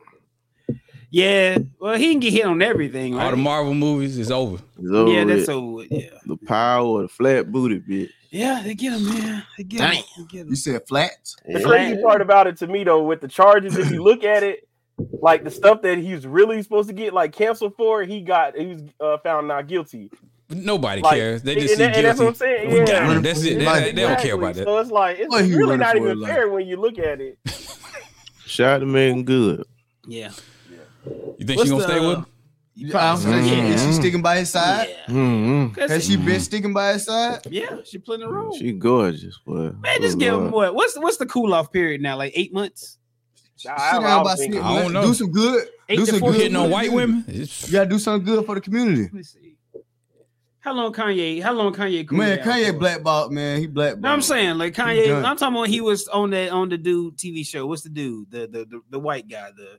D: Yeah, well, he can get hit on everything,
I: All
D: right?
I: the Marvel movies is over.
C: It's over
D: yeah, that's
C: with.
D: over. with, Yeah,
C: the power of the flat booty bitch.
D: yeah, they get him, man. They get him. They get him.
A: You said flat.
B: The crazy part about it to me though, with the charges, if you look at it, like the stuff that he was really supposed to get like canceled for, he got he was uh, found not guilty.
I: Nobody
B: Like,
I: cares. They
B: and-
I: just
B: and,
I: see
B: that- and that's what I'm
I: guilty.
B: saying.
I: We got
B: Yeah.
I: him. That's it. They,
A: Like,
I: they- they don't care about
B: Exactly. So
I: that.
B: it's like it's
A: What he
B: really
A: running
B: not
A: for his
B: even
A: life?
B: fair when you look at it.
C: Shout out to Megan Good.
D: Yeah,
I: You think
D: What's
I: she gonna
D: the-
I: stay with him?
A: I was saying,
C: Mm.
A: Is she sticking by his side?
D: yeah.
C: Mm-hmm.
A: Has
D: That's
A: she
D: it.
A: been sticking by his side?
D: Yeah, she playing the role.
C: Mm, She gorgeous, boy.
D: Oh. Man, just
C: Good
D: give him
C: Lord.
D: what? What's what's the cool off period now? Like eight months?
B: Nah, I-
A: Sit
B: I
A: down
B: don't
A: by
B: think-
A: sitting-
I: I don't know.
A: Do some good.
D: Eight
A: Do
D: to
A: some
D: four-
A: good.
I: Hitting on
A: for the
I: white
A: community.
I: women? It's-
A: You gotta do something good for the community.
D: Let me see. How long Kanye? How long Kanye? cool
A: Man,
D: down
A: Kanye
D: for?
A: blackballed, man. He blackballed.
D: No, I'm saying like
A: He
D: Kanye.
A: done.
D: I'm talking about he was on that on the dude TV show. What's the dude? The the the, the white guy, the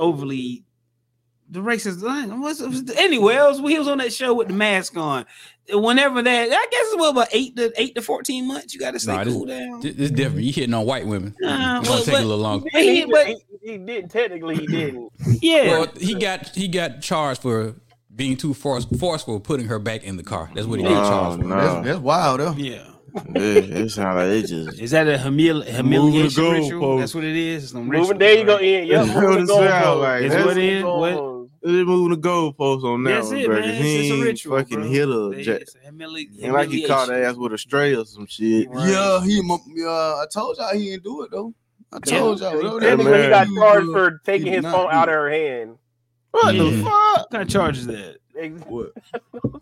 D: overly the racist line. What's, what's- anyway, I was, he was on that show with the mask on. Whenever that, I guess it's what about eight to eight to fourteen months. You got to stay
I: Nah, this,
D: cool down.
I: thi- this different. You hitting on white women.
D: Nah,
I: it's
D: well,
I: gonna take
D: but-
I: a little longer.
D: But he- but-
B: he, he didn't technically he didn't.
D: Yeah.
I: Well, he got he got charged for being too force, forceful, putting her back in the car. That's what he got
C: Oh,
I: charged for.
C: no.
A: That's wild, though.
D: Yeah.
C: It, it sounds like it just.
D: Is that a humil- humiliation
C: goal
D: ritual?
C: post.
D: That's what it is. It's some
B: Moving
D: ritual,
B: there you go
D: right?
B: in. Yep,
C: That's
B: moving
C: what
B: the
C: it
B: goal
C: sound
B: post.
C: like.
D: It's
C: That's
D: what it is.
B: Goal
D: What?
B: post.
C: They moving the goalposts on that
D: That's
C: one,
D: it,
C: bro.
D: man.
C: 'cause
D: It's,
C: He
D: it's a
C: ain't
D: ritual.
C: fucking
D: bro.
C: hit her.
D: It's
C: Jack.
D: a humili-
C: Ain't like he caught her
D: humiliation.
C: ass with a stray or some shit.
D: Right.
A: Yeah, he. mo- Yeah, I told y'all he didn't do it though. I
D: Yeah.
A: told y'all.
C: That
B: Technically, he
C: man-
B: got
A: You,
B: charged
A: uh,
B: for taking
A: did
B: his
A: not
B: phone
A: do
B: out
A: it.
B: of her hand.
C: What
I: Yeah.
C: the fuck?
D: What kind of charge is that?
B: Ex-
A: What?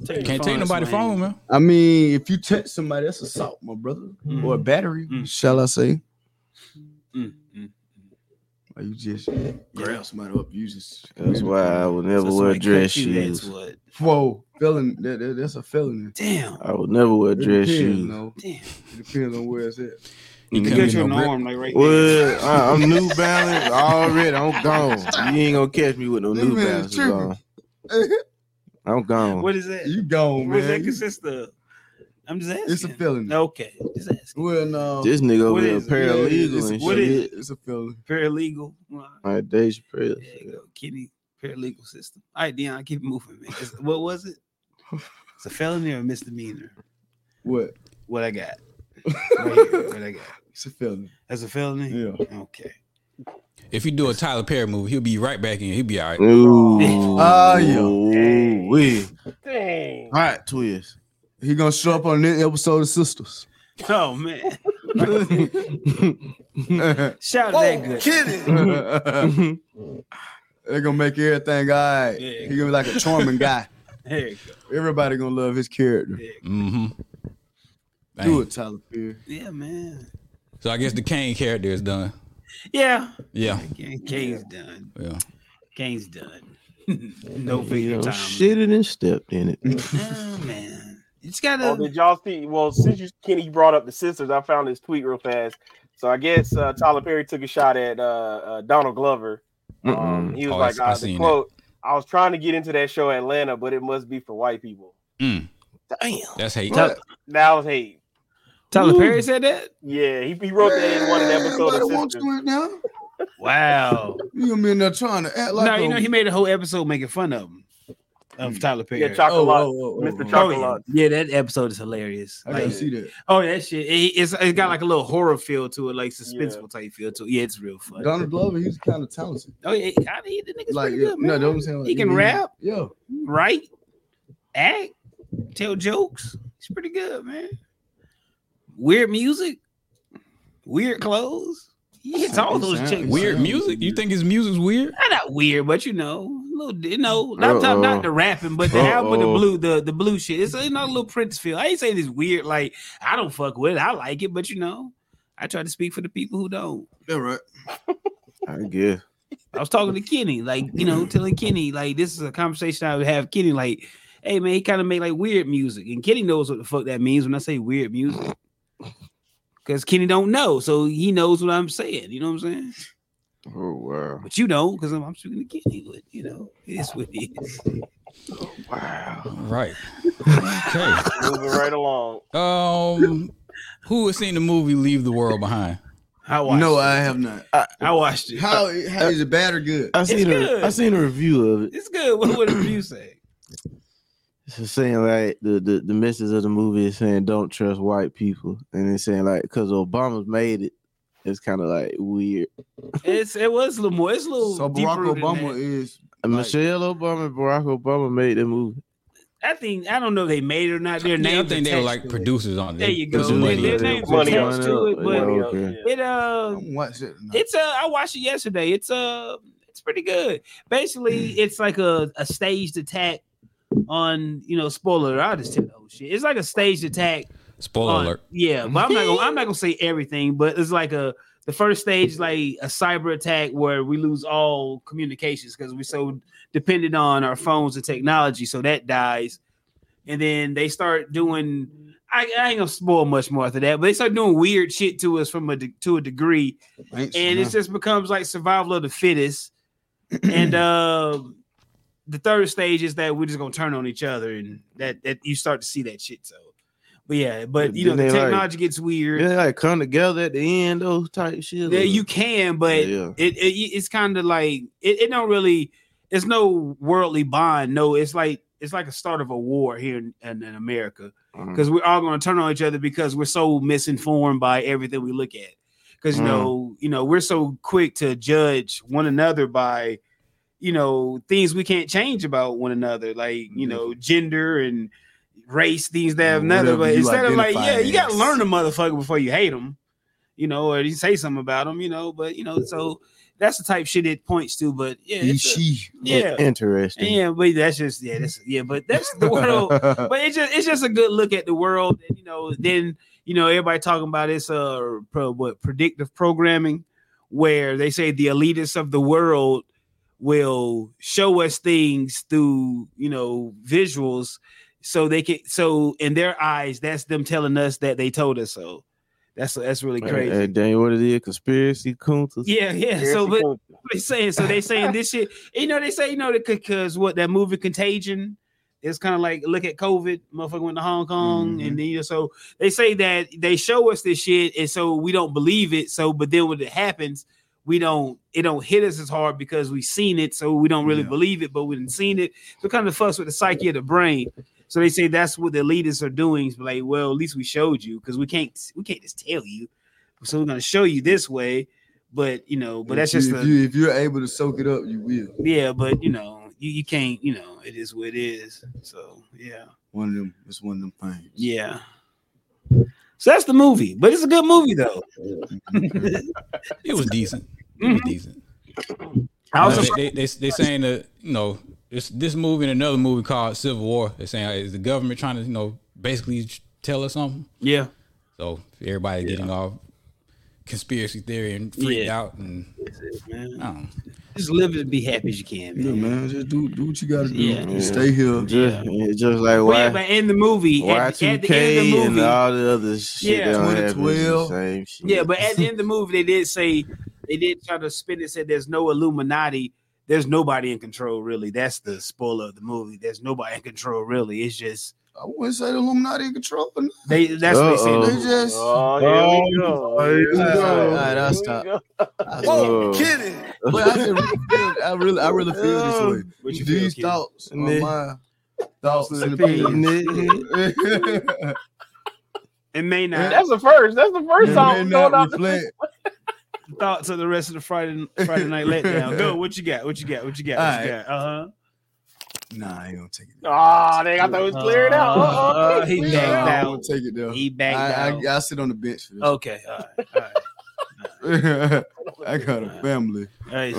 I: Can't take nobody's phone, man.
A: I mean, if you touch somebody, that's assault, my brother,
D: Mm.
A: or a battery,
D: Mm.
A: shall I say?
D: Mm-hmm.
A: Or you just grab somebody up, you just.
C: That's why I would never wear dress
D: That's
C: shoes.
D: what.
A: Whoa, felon. That, that, that's a felony.
D: Damn.
C: I would never wear
A: It
C: dress
A: depends,
C: shoes.
A: though.
D: Damn.
A: It depends on where it's at.
I: He
D: You
I: couldn't
D: got
I: get
D: your
I: no grip.
D: arm like right there.
C: Well, I, I'm New Balance already. I'm gone. You ain't gonna catch me with no
A: This
C: New
A: man
C: Balance.
A: tripping.
C: on. I'm gone.
D: What is that?
A: you gone,
D: What does
A: man.
D: that
A: You-
D: consist of? I'm just asking.
A: It's a felony.
D: Okay. Just asking.
A: Well, no.
C: This nigga over
D: What
C: here
D: is it?
C: paralegal
A: it's,
C: and
D: what
C: shit.
D: is
A: it? It's a felony.
D: Paralegal. Well,
C: All right, Deja Press.
D: There you go, Kenny. Paralegal system. All right, Dion. Keep it moving, man. It's- what was it? It's a felony or a misdemeanor?
A: What?
D: What I got? Right here, what I got?
A: It's a felony.
D: That's a felony.
A: Yeah.
D: Okay.
I: If you do a Tyler Perry movie, he'll be right back in. He'll be all right.
C: Ooh,
A: Ah, yeah.
C: Ooh, wee.
B: Dang.
C: Hot twist.
A: He gonna show up on this episode of Sisters.
D: Oh man.
A: They're
D: Shout out that good.
A: gonna make everything all right.
D: Yeah.
A: He gonna be like a charming guy.
D: There you go.
A: Everybody gonna love his character.
I: Mm-hmm.
A: Do it, Tyler Perry.
D: Yeah, man.
I: So I guess the Kane character is done.
D: Yeah.
I: Yeah.
D: Kane- Kane's done.
I: Yeah.
D: Kane's done. no figure
C: You know,
D: time.
C: shitted and stepped in it.
D: Oh, man. You just gotta.
B: Oh, did y'all see? Well, since you Kenny brought up the sisters, I found this tweet real fast. So I guess uh, Tyler Perry took a shot at uh, uh, Donald Glover. Um,
C: Mm-mm.
B: he was
I: Oh, I
B: like,
I: s- I
B: uh, the
I: seen that.
B: quote, "I was trying to get into that show Atlanta, but it must be for white people."
I: Mm,
B: Damn,
I: that's hate.
A: What?
B: that was hate.
D: Tyler
A: Ooh.
D: Perry said that.
B: Yeah, he, he wrote that in one of the episodes.
A: Everybody
B: of
A: wants
B: Sisters.
A: you right now.
D: Wow.
A: You gonna be in there trying to act like
D: no, you
A: a-
D: know he made a whole episode making fun of him, of Tyler Perry.
B: Yeah, Chocolate,
A: Oh, oh, oh, oh,
B: Mr.
A: oh.
B: Chocolate.
D: Hmm. yeah, that episode is hilarious.
A: I gotta
D: Like,
A: see that.
D: oh, that shit. It, it's it got like a little horror feel to it, like suspenseful type feel to it. Yeah, it's real fun.
A: Donald Glover, he's kind of talented.
D: Oh yeah, I mean, the nigga's
A: Like,
D: pretty
A: yeah,
D: good,
A: no,
D: man.
A: that's what I'm saying. Like,
D: he can rap,
A: Yeah.
D: right? Act, tell jokes. He's pretty good, man. Weird music, weird clothes. He hits all those
A: Sound-
D: chicks.
I: Weird music. You think his music's weird?
D: Not, not weird, but you know, little, you know, not, not,
C: Uh-oh.
D: not the rapping, but the album, the
C: Uh-oh.
D: blue, the, the blue shit. It's not a little Prince feel. I ain't saying it's weird. Like I don't fuck with it. I like it, but you know, I try to speak for the people who don't.
A: Yeah, right.
C: I guess.
D: I was talking to Kenny, like you know, telling Kenny, like this is a conversation I would have. with Kenny, like, hey man, he kind of make like weird music, and Kenny knows what the fuck that means when I say weird music, because Kenny don't know, so he knows what I'm saying. You know what I'm saying?
C: Oh wow.
D: But you know, because I'm, I'm speaking to Kenny, but you know, it is what it is.
C: Wow.
I: All Right. Okay.
B: Moving right along.
I: Um, who has seen the movie Leave the World Behind?
D: I
B: Oh,
D: watched.
A: No,
D: it.
A: I have not.
D: I watched it.
A: How, how is it bad or good?
C: I seen
D: good.
C: a I seen a review of it.
D: It's good. What would you say?
C: It's saying like the, the the message of the movie is saying don't trust white people, and it's saying like because Obama's made it, it's kind of like weird.
D: It's it was a little more. It's a little.
A: So Barack Obama is
C: And
A: Like-
C: Michelle Obama and Barack Obama made the movie.
D: I think I don't know if they made it or not. Their
I: Yeah, I
D: names.
I: think
D: are
I: they were
D: attached
I: like
D: to it.
I: producers on it.
D: There
I: They
D: you
I: put
D: go.
I: some
D: They-
I: money
D: their
I: in it.
D: names
B: Money
D: attached
B: up.
D: to it, but
B: Money up,
C: Okay.
D: it uh
A: I'm watching
I: Oh,
A: it. now.
D: it's uh I watched it yesterday. It's uh it's pretty good. Basically,
I: Mm.
D: it's like a, a staged attack on you know spoiler. I just tell the whole shit. It's like a staged attack
I: Spoiler
D: on-
I: alert.
D: Yeah, but I'm not gonna I'm not gonna say everything, but it's like a the first stage is like a cyber attack where we lose all communications because we're so dependent on our phones and technology, so that dies. And then they start doing I, I ain't gonna spoil much more after that, but they start doing weird shit to us from a de- to a degree
A: Ain't
D: and it
A: smart.
D: just becomes like survival of the fittest. and um the third stage is that we're just gonna turn on each other, and that that you start to see that shit. So, but yeah, but you know
C: Then
D: the
C: they like-
D: technology gets weird.
C: Yeah, like come together at the end, those type shit.
D: Yeah,
C: or-
D: you can, but
C: Yeah, yeah.
D: It, it it's kind of like it, it don't really. It's no worldly bond. No, it's like it's like a start of a war here in, in, in America
J: Mm-hmm.
C: Mhm.
D: because we're all going to turn on each other because we're so misinformed by everything we look at. Because you
J: Mm.
C: Mhm.
D: know, you know, we're so quick to judge one another by you know things we can't change about one another, like
J: Mm-hmm.
D: you know, gender and race, things that have nothing.
J: Mm, Whatever
D: But
J: you
D: instead of like,
J: identify
D: yeah, you got to
J: as.
D: learn the motherfucker before you hate them you know, or you say something about them, you know, but you know, so that's the type shit it points to. But yeah,
C: He,
D: it's a-
C: she.
D: yeah,
C: Interesting.
D: yeah, but that's just yeah, that's yeah, but that's the world. but it's just it's just a good look at the world, and you know, then you know everybody talking about this uh pro, what predictive programming, where they say the elitists of the world will show us things through you know visuals, so they can so in their eyes that's them telling us that they told us so. That's that's really crazy.
C: Hey, dang, what it is? Conspiracy coons.
D: Yeah, yeah. So, but what they saying so they saying this shit. You know, they say you know that because what that movie Contagion is kind of like look at COVID, motherfucker went to Hong Kong, and then you know, so they say that they show us this shit, and so we don't believe it. So, but then when it happens, we don't it don't hit us as hard because we've seen it, so we don't really believe it, but we didn't seen it. So, kind of fuss with the psyche of the brain. So they say that's what the elitists are doing. It's Like, well, at least we showed you because we can't we can't just tell you. So we're gonna show you this way, but you know, but that's
A: If
D: just
A: you-
D: the
A: if, you, if you're able to soak it up, you will.
D: yeah, but you know, you, you can't, you know, it is what it is. So yeah.
A: One of them. It's one of them things.
D: Yeah. So that's the movie, but it's a good movie though.
I: It was decent. It was decent.
D: Mm-hmm. I was
I: Uh,
D: surprised-
I: they, they, they saying that you know this this movie and another movie called Civil War. They're saying like, is the government trying to you know basically j- tell us something.
D: Yeah.
I: So everybody getting all conspiracy theory and freaked
D: Yeah.
I: out and
D: Man,
I: I don't know.
D: Just live and be happy as you can, man.
A: Yeah, man. Just do do what you gotta do.
D: Yeah.
A: and Stay here.
C: Just, yeah, just like
D: Well, yeah,
C: why,
D: but in the movie, at, the- at the end of the
C: Y2K and uh,
D: movie,
C: all the other shit.
D: Yeah.
C: Yeah,
A: 2012.
C: Same shit.
D: yeah, but at the end of the movie, they did say they did try to spin it. Said there's no Illuminati, there's nobody in control, really. That's the spoiler of the movie. There's nobody in control, really. It's just
A: I wouldn't say the Illuminati in control. but
D: they. That's what they said. in the
A: They
D: movie.
A: just.
B: Oh, here we go.
A: here we
B: Here we
A: go.
J: right,
B: Here
J: I'll
B: we
J: stop.
B: go.
A: Whoa,
J: Get it.
A: But I, just really feel, I really, I really feel
D: Oh.
A: this way.
D: What you feel,
A: These
D: kid?
A: thoughts are
C: Nick.
A: my thoughts and opinions.
C: Nigga.
D: It may not.
B: That's the first. That's the first
A: They
B: time
A: may
B: I'm
A: not
B: going out.
A: reflect.
D: thoughts of the rest of the Friday Friday night letdown. Go, what you got? What you got? What you got? What you
A: All
D: got? Uh-huh.
A: Nah, I ain't gonna take it.
B: Ah, they got those cleared out. Uh-uh.
D: Uh, he
B: Cleared
D: backed
B: out.
A: I
D: out.
A: won't take it though.
D: He backed
A: I,
D: out.
A: I, I sit on the bench for this.
D: Okay. All right. All right.
A: I got a family.
D: All right.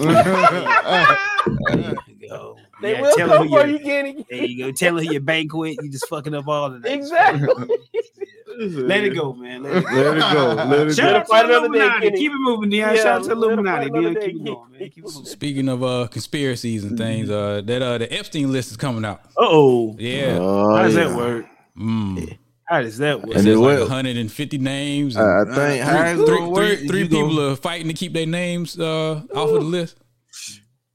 D: there you go.
B: They
D: Yeah,
B: will
D: tell
B: come
D: her
B: for
D: your-
B: you, Kenny.
D: There you go. Tell her your banquet. You just fucking up all of that.
B: Exactly.
D: Let it go, man. Let it go.
C: Let it go. Let it
D: Uh, Shout
C: go.
D: out
B: fight
D: to
B: another day,
D: Illuminati.
B: Kenny.
D: Keep it moving, Dion.
B: Yeah,
D: Shout out to
B: let it fight
D: Illuminati.
B: another
D: Dion,
B: day,
D: keep it
B: Kenny.
D: going, man. Keep it moving.
I: Speaking of uh conspiracies and things, uh that uh the Epstein list is coming out.
D: Uh-oh.
I: Yeah.
C: Oh,
D: How does that
C: yeah.
D: work?
I: Mm.
D: How does that work?
I: It
C: then
I: says like
C: what-
I: 150 names. and-
C: I I think how it's
I: three,
C: gonna
I: three,
C: work is
I: three
C: you
I: people
C: gonna-
I: are fighting to keep their names uh, off of the list.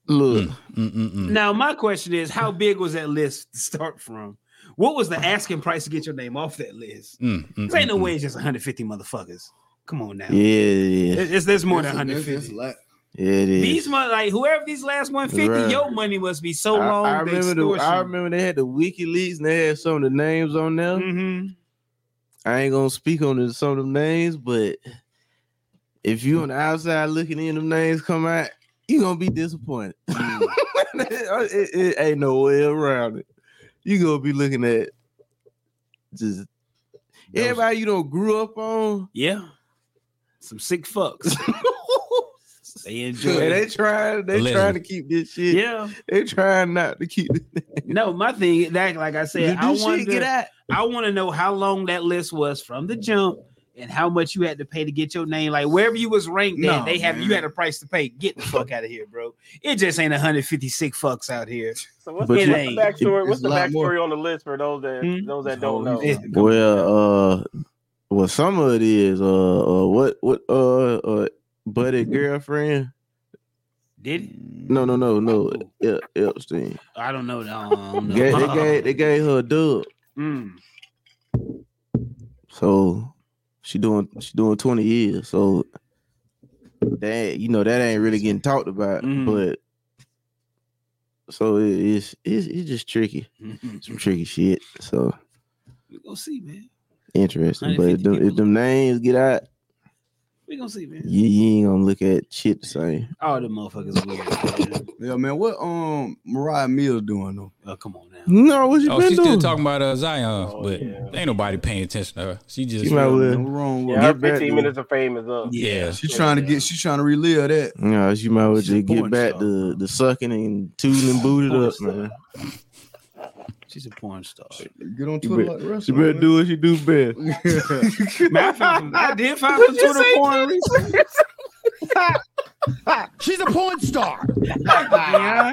C: Look,
I: Mm-mm-mm.
D: Now, my question is, how big was that list to start from? What was the asking price to get your name off that list?
I: Mm,
D: This ain't no way it's just 150 motherfuckers. Come on now.
C: yeah, it is.
D: It's, it's- there's more than
A: That's- that's
D: 150.
A: a lot.
C: Yeah, it is.
D: These mon- like whoever these last 150,
C: Right.
D: your money must be so
C: I-
D: long.
C: I,
D: the
C: remember the, I
D: extortion.
C: remember they had the WikiLeaks and they had some of the names on them.
D: Mhm.
C: I ain't gonna speak on the- some of them names, but if you on the outside looking in, them names come out, you gonna be disappointed. it, it- it ain't no way around it. You gonna be looking at just everybody you don't grew up on.
D: Yeah. Some sick fucks. they enjoy
C: and they
D: it.
C: trying, they
I: Allegedly.
C: trying to keep this shit.
D: Yeah.
C: They trying not to keep this.
D: No, my thing, that, like I said,
C: Did
D: I
C: this shit
D: wonder,
C: get out.
D: I want to know how long that list was from the jump and how much you had to pay to get your name. Like wherever you was ranked,
A: No,
D: at, they have you
A: man.
D: had a price to pay. Get the fuck out of here, bro. It just ain't 156 fucks out here.
B: So what's
C: But
B: the,
D: you-
B: what's the backstory? What's
A: It's a
B: the
A: lot more.
B: backstory on the list for those that
D: Hmm?
B: those that
A: It's
B: don't know?
A: always-
D: It-
C: Well, uh, well, some of it is uh, uh what what uh, uh buddy girlfriend
D: Did he?
C: No, no, no, no. El- Epstein.
D: I don't know. I don't know.
C: Ga- they, gave, they gave her a dub.
D: Mm.
C: So she doing she doing 20 years. So that you know that ain't really getting talked about, but so it, it's, it's it's just tricky. Some tricky shit. So
D: We gonna see, man.
C: interesting. But if them, if them names get out,
D: We gonna see, man.
C: you, you ain't gonna look at shit the same.
D: All the motherfuckers. weird.
A: Yeah, man. What um Mariah Mills doing though?
D: Oh, come on now.
C: No, what
I: oh, she's still talking about uh, Zion, but ain't nobody paying attention to her. She just
C: She might well.
A: Nothing wrong with
B: Yeah, her
A: Get back
B: 15
A: to-
B: minutes of fame is up.
I: yeah.
A: She's trying to get. She's trying to relive that.
C: No, you might well just get back to the sucking and tooting and booted up, man.
D: She's a porn star.
A: Get on
C: You
A: Twitter
C: bet-
A: like
C: you
A: the rest
C: better do what you do best.
D: Man, I, found some, I did find some Twitter porn recently.
E: She's a porn star.
D: Yeah.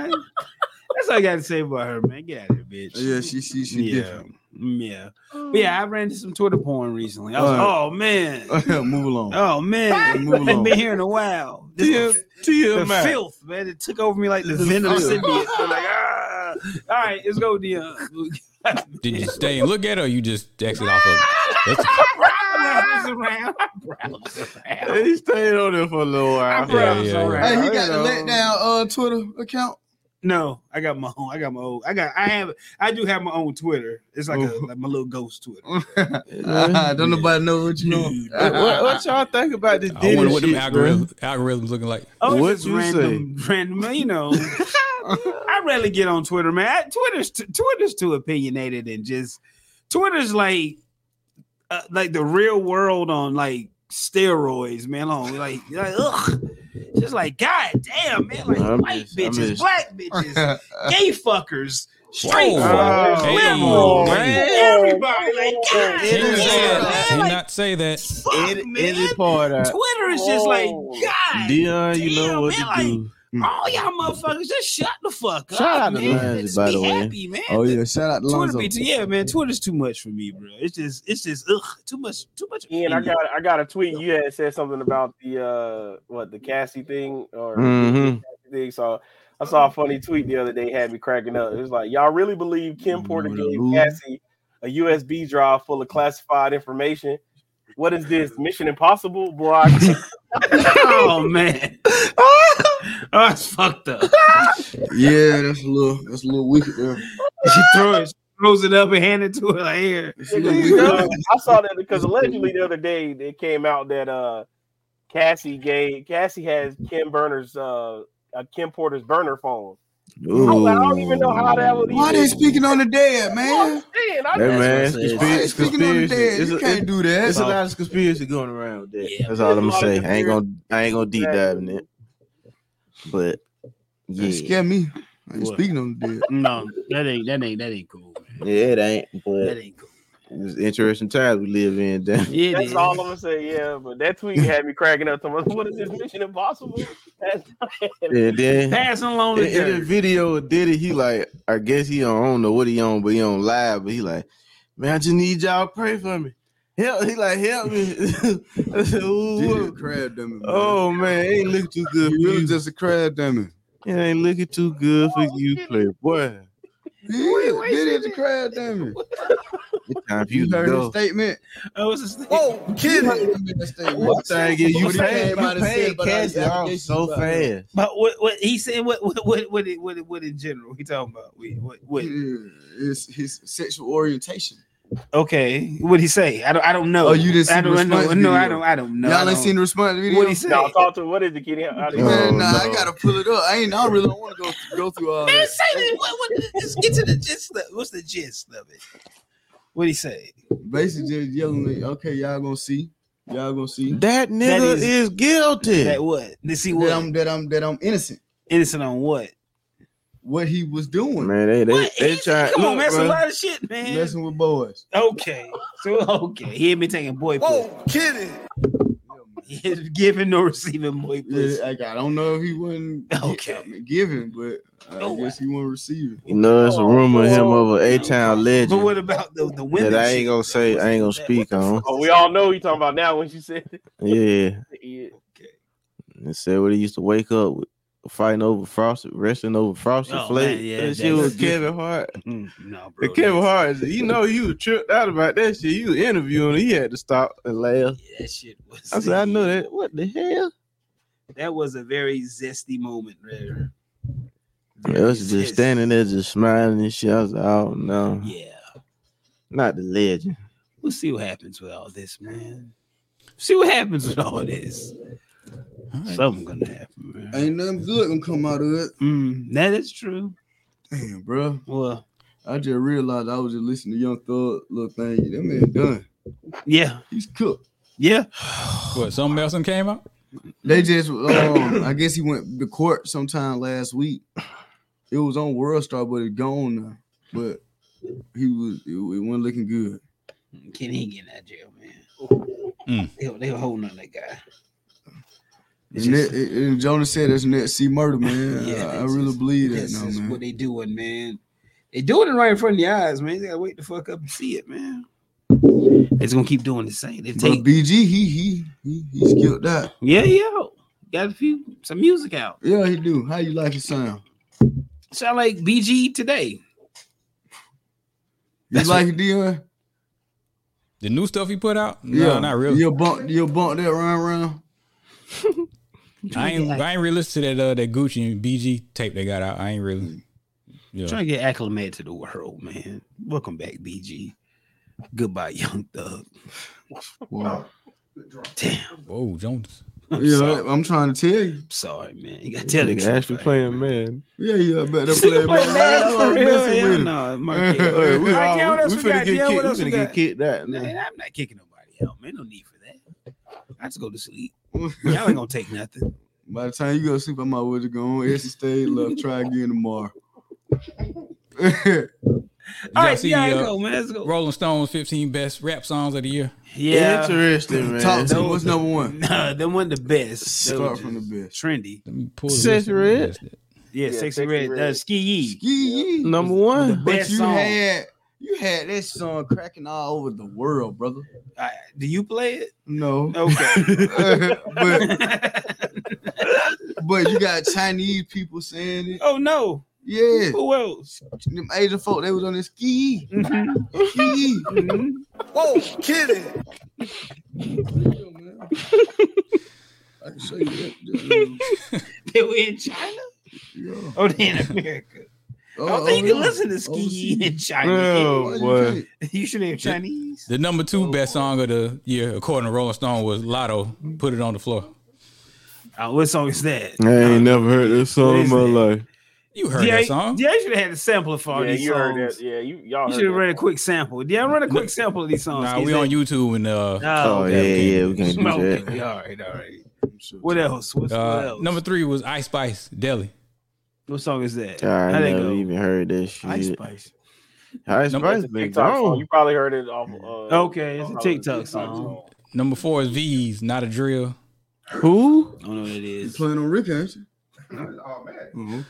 D: That's all I got to say about her, man. Get out of here, bitch.
A: Yeah, she she she
D: yeah. Mm, Yeah.
E: Oh.
D: But yeah, I ran into some Twitter porn recently. I was like,
A: Alright.
D: oh, man.
A: different. Move along.
D: Oh, man.
A: Move
D: I've
A: along.
D: been here in a while. This the- the filth, man. It took over me like the venom symbiote. I'm like, ah. All right, let's go, Dion.
I: Did you stay and look at her? Or you just exit off of. It? That's,
D: browse around. I browse around.
C: He stayed on there for a little
D: I
C: while.
I: yeah,
D: browse
I: yeah.
D: around.
A: Hey, he
D: you
A: got the
D: know.
A: letdown uh Twitter account.
D: No, I got my own. I got my own. I got. I have. I do have my own Twitter. It's like a
A: Oh.
D: like my little ghost Twitter.
A: Ah, Don't nobody know what you know.
C: what, what- what y'all think about this?
I: I wonder what them
C: shit, bro?
I: algorithms, algorithms looking like.
D: Oh, it's
C: What
D: just
C: you
D: random, random. You know, I rarely get on Twitter, man. I- Twitter's t- Twitter's too opinionated and just Twitter's like uh, like the real world on like steroids, man. On like, like ugh, just like god damn, man. Like
C: I'm
D: white
C: just- I'm
D: bitches,
C: just-
D: black bitches, gay fuckers, straight
I: Whoa.
D: fuckers,
I: Hey,
D: liberals,
I: hey.
D: everybody. Like god
I: She didn't
D: damn,
I: say that. She
D: man.
I: did
D: Like,
I: not say that.
D: fuck,
C: Edit,
D: man.
C: edit part out.
D: Twitter is just like god.
C: Dion, you know
D: damn,
C: what
D: man,
C: to
D: like,
C: do.
D: All y'all motherfuckers, just shut the fuck
C: Shout
D: up.
C: out to
D: man.
C: Lindsay,
D: Just
C: by
D: be
C: the way.
D: happy, man.
A: Oh yeah, shout out to
D: Twitter
A: Lonzo.
D: be too, yeah, man. Twitter's too much for me, bro. It's just, it's just, ugh, too much, too much.
B: Ian, I got I got a tweet. You had said something about the uh what the Cassie thing or
C: Mhm.
B: thing. So I saw a funny tweet the other day, had me cracking up. It was like, y'all really believe Kim Porter gave Cassie a USB drive full of classified information? What is this Mission Impossible, bro? I-
D: oh man, oh, it's fucked up.
A: Yeah, that's a little that's a little uh, wicked there.
D: She throws, throws it up and hand it to her like here.
A: That's a little wicked.
B: I saw that because allegedly the other day it came out that uh Cassie gave Cassie has Kim Burner's uh uh, Kim Porter's burner phone. I
C: Oh,
B: was like, I don't even know how the hell it
A: Why they
B: is.
A: speaking on the dead, man?
B: Man, I
C: Hey
B: just-
C: man, it's
A: Why they
C: conspiracy.
A: speaking on the
C: conspiracy.
A: dead?
C: It's
A: You
C: a-
A: can't do that.
C: It's a lot of conspiracy going around with that.
D: Yeah,
C: That's all I'm
B: there's a
C: gonna say.
B: lot of
C: I ain't gonna I ain't gonna deep dive in it. But
A: That
C: yeah,
A: scare me. I ain't
D: What?
A: speaking on the dead.
D: No, that ain't, that ain't, that ain't cool. Man.
C: yeah, it ain't.
D: That
C: But
D: ain't cool.
C: it's interesting times we live in. Damn.
D: It
B: That's
D: is.
B: all I'm gonna say. Yeah, but that tweet had me cracking up. To my, what is this Mission Impossible? That's
C: And then
D: Passing along
C: in,
D: the
C: in the
D: dirt.
C: video of Diddy, he like, I guess he on, I don't know what he on, but he on live. But he like, man, I just need y'all to pray for me. Help, he like, help me. I said,
A: Did a
C: "Ooh,
A: crab dummy. man.
C: oh man, it ain't look too good. For
A: You really
C: you.
A: just a crab dummy.
C: it ain't looking too good
D: Oh,
C: for you, playboy.
A: Yeah, Diddy a crab dummy.
C: It's time for you
A: You
C: to
A: heard his
C: go.
A: statement.
D: Oh, it's a
A: Whoa, kid!
C: What time again? You
A: What he
C: paid,
A: came
C: you
A: out and said
C: paid
A: about all these
C: Cassie off
A: allegations
C: so
A: about him.
C: fast.
D: But what what he said? What what what what it- what it- what in general? He talking about we what what?
A: It's his sexual orientation.
D: Okay, what he say? I don't I don't know.
A: Oh, you didn't see
D: I don't
A: the
D: know.
A: response
D: No, I
A: video.
D: don't. I don't know. I
A: Y'all ain't
D: don't-
A: seen the response to the video.
D: what he said.
B: no, talk to what is it, Kitty? How- how do you-
A: Man,
C: Oh,
A: nah, I
C: no.
A: gotta pull it up. I ain't. I really don't want to go go through all
D: Man,
A: that.
D: say that. What, what, just get to the gist. Of, what's the gist of it? What he say?
A: Basically, just yelling. Like, okay, y'all gonna see. Y'all gonna see
C: That nigga
D: is-
C: is, guilty.
D: That what? To see what
A: that I'm that I'm that I'm innocent.
D: innocent on what?
A: What he was doing,
C: man, they they,
D: What?
C: they
D: He's-
C: try.
D: Come on,
C: look,
D: man. That's a
C: bruh.
D: lot of shit, man.
A: messing with boys.
D: okay, so okay, he ain't been taking boy pussy.
A: kidding.
D: He ain't giving no receiving boy pussy.
A: Yeah, like, I don't know if he wasn't gi-
D: Okay.
A: I mean, giving, but I
D: Oh,
A: guess he wasn't receiving.
C: You know, it's a rumor of him over A Town
D: But
C: legend
D: what about the the women?
C: that I
D: shit?
C: ain't gonna say. I ain't gonna speak on.
B: Oh, we all know who you talking about now when she said it.
C: Yeah,
B: Yeah.
C: and said what he used to wake up with. fighting over frosted, wrestling over frosted
D: Oh,
C: flakes.
D: man, yeah,
C: that
D: that's
C: shit was
D: different.
C: Kevin Hart.
D: No,
C: And Kevin Hart, you know, you was tripped out about that shit. You were interviewing, him. he had to stop and laugh.
D: that shit was.
C: I said, I know that. What the hell?
D: That was a very zesty moment there.
C: Yeah, it was just standing there, just smiling and shit. I was like, oh no,
D: Yeah,
C: not the legend.
D: we'll see what happens with all this, man. See what happens with all this. Something gonna happen, man.
A: Ain't nothing good gonna come out of it.
D: Mm, that is true.
A: Damn, bro.
D: Well,
A: I just realized I was just listening to Young Thug little thing. That man done.
D: yeah,
A: He's cooked.
D: yeah.
I: What? Something else done came out?
A: They just, um, I guess he went to court sometime last week. It was on World Star, but it gone now. But he was, it, it wasn't looking good.
D: Can he get out of jail, man?
I: Mm.
D: They, they were holding on that guy. It's
A: And,
D: just-
A: that- and Jonas said that's net C murder, man.
D: Yeah,
A: I, I
D: that's
A: really
D: just-
A: believe that
D: This
A: now,
D: is
A: man.
D: what they doing, man. They doing it right in front of your eyes, man. You gotta wait the fuck up and see it, man. It's gonna keep doing the same. They
A: But
D: take,
A: BG, he he he he's killed that.
D: yeah, yeah. Got a few some music out.
A: Yeah, he do. How you like his sound?
D: Sound like BG today.
A: You
D: That's
A: like it, Dion?
I: The new stuff he put out? No, not really.
A: You bump you bump that round round.
I: I ain't I ain't really listen to that uh, that Gucci and BG tape they got out. I ain't really. Yeah.
D: Trying to get acclimated to the world, man. Welcome back, BG. Goodbye, young thug.
A: Wow.
D: Damn,
I: Whoa, Jonas.
D: I'm
A: yeah,
D: sorry.
A: I'm trying to tell you.
D: sorry, man. You gotta
C: Yeah,
D: tell
C: they
D: the
C: actually playing man.
A: Yeah, yeah, I better play man. I was messing with him. Hey,
D: Markel,
A: we all-
D: what else
C: we
D: we
C: finna
D: got?
C: get
D: Yeah,
C: kicked.
D: what
C: We
D: else we
C: finna get
D: got?
C: kicked that.
D: Man,
C: man.
D: I'm not kicking nobody out, man. No need for that. I just go to sleep. Y'all ain't gonna take nothing.
A: By the time you go to sleep, I might well just go on Essie State Love. Try again tomorrow.
I: Did
D: All
I: y'all
D: right,
I: see
D: yeah,
I: the,
D: let's
I: uh,
D: go, man. Let's go.
I: Rolling Stones 15 best rap songs of the year?
D: Yeah,
C: Interesting, man.
A: Talk to me.
D: those
A: What's
D: are-
A: number one?
D: nah, that wasn't the best. That
A: Start
D: was
A: from the
D: just
A: best.
D: Trendy.
I: Let me pull
C: Sis
I: this.
C: Red?
D: Yeah,
B: Yeah,
D: sexy
B: Sexy
D: red.
B: Red.
D: Uh, ski yee.
A: Ski.
C: Number one.
A: But
D: Best
A: you
D: song.
A: had you had that song cracking all over the world, brother.
D: Uh, do you play it?
A: No,
D: Okay.
A: but but you got Chinese people saying it.
D: oh no.
A: Yeah,
D: Who else?
A: them Asian folk they was on this ski, ski.
E: Whoa, kidding.
A: I can show you that.
D: They were in China.
A: Yeah.
D: Oh, they in America.
A: Oh,
D: I don't think you
A: oh,
D: can
A: yeah.
D: listen to ski yee in China.
A: Why you
C: boy.
A: can't?
D: You should have Chinese.
I: The number two best
D: Oh,
I: song of the year, according to Rolling Stone, was Lotto. Put it on the floor.
D: Oh, what song is that?
C: I ain't never heard this song in my
D: What is
C: life.
I: You heard
D: yeah,
I: that song?
D: Yeah, you should have had a sample for all
B: Yeah,
D: these
B: you
D: songs.
B: heard that. Yeah, you y'all
D: You
B: heard
D: should have
B: that.
D: run a quick sample. Yeah, run a quick sample of these songs.
I: Nah,
D: Is
I: we
D: that-
I: on YouTube and uh,
C: Oh,
D: Oh,
I: okay.
C: yeah, yeah, we can't do
D: okay.
C: that.
D: All right, all right. What else? What's, what
I: uh
D: else?
I: number three was Ice Spice Deli.
D: what song is that?
C: God,
D: How
C: I
D: they
C: never
D: go?
C: even heard that shit.
D: Ice Spice.
C: Ice
I: Number-
C: Spice oh.
B: It's a
C: been
B: TikTok song.
C: gone.
B: You probably heard it off. Uh,
D: Okay, it's a
B: off
D: TikTok song.
I: Number four is V's, not a drill.
C: Who?
D: I don't know what it
A: You
D: is.
A: playing on Rick, ain't you?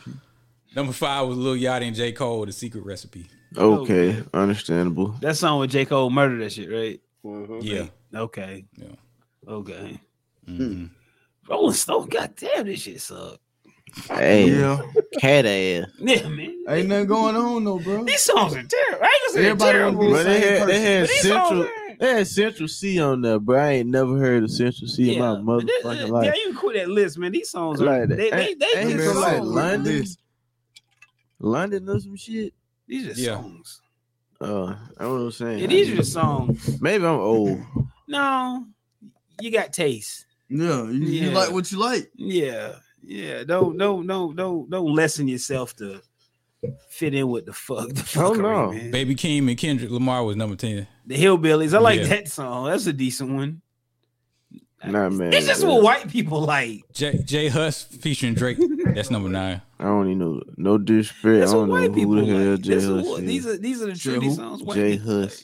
I: Number five was Lil Yachty and J. Cole, the secret recipe.
C: Okay, understandable.
D: That song with J. Cole murdered that shit, right?
B: Mhm.
I: Yeah.
D: Okay.
I: Yeah.
D: Okay.
I: Mhm.
D: Rolling Stone, goddamn, this shit suck.
C: Hey,
A: Yeah,
C: cat ass.
D: Yeah, man.
A: ain't nothing going on, no, bro.
D: These songs are terrible. I ain't gonna say they're
A: Everybody wanna be
D: terrible.
A: the
C: But they
A: same
C: had, they
A: person.
C: had
D: But these songs
C: Central.
D: aren't-
C: They had Central C on there, but I ain't never heard of Central C in my
D: but this-
C: motherfucking
D: uh,
C: life.
D: Yeah, you quit that list, man. These songs are
C: Like that.
D: they, they,
C: Ain't-
D: they
C: ain't
D: just
C: no
D: songs.
C: like
A: Listen,
C: London?
A: listen.
C: London or some shit.
D: These are
I: Yeah.
D: songs.
C: Uh, I don't know what I'm saying.
D: Yeah, these are just songs.
C: Maybe I'm old.
D: No, you got taste.
A: Yeah, you, you
D: Yeah.
A: like what you like.
D: Yeah, yeah. Don't don't don't don't don't lessen yourself to fit in with the fuck. The
C: Oh,
D: fuckery,
C: no.
D: man.
I: Baby Keem and Kendrick Lamar was number ten.
D: The hillbillies. I like
I: Yeah.
D: that song. That's a decent one.
C: Nah, man.
D: That's just what white people like.
I: J. J. Huss featuring Drake. That's number nine.
C: I don't even know. No disrespect.
D: That's
C: I
D: what
C: don't know
D: white people
C: who the hell
D: like.
C: Jay
D: This is
C: Huss
D: what,
C: is.
D: these are these are the
A: Jay
D: trendy
A: who?
D: songs. white
C: Jay
D: people
C: Huss.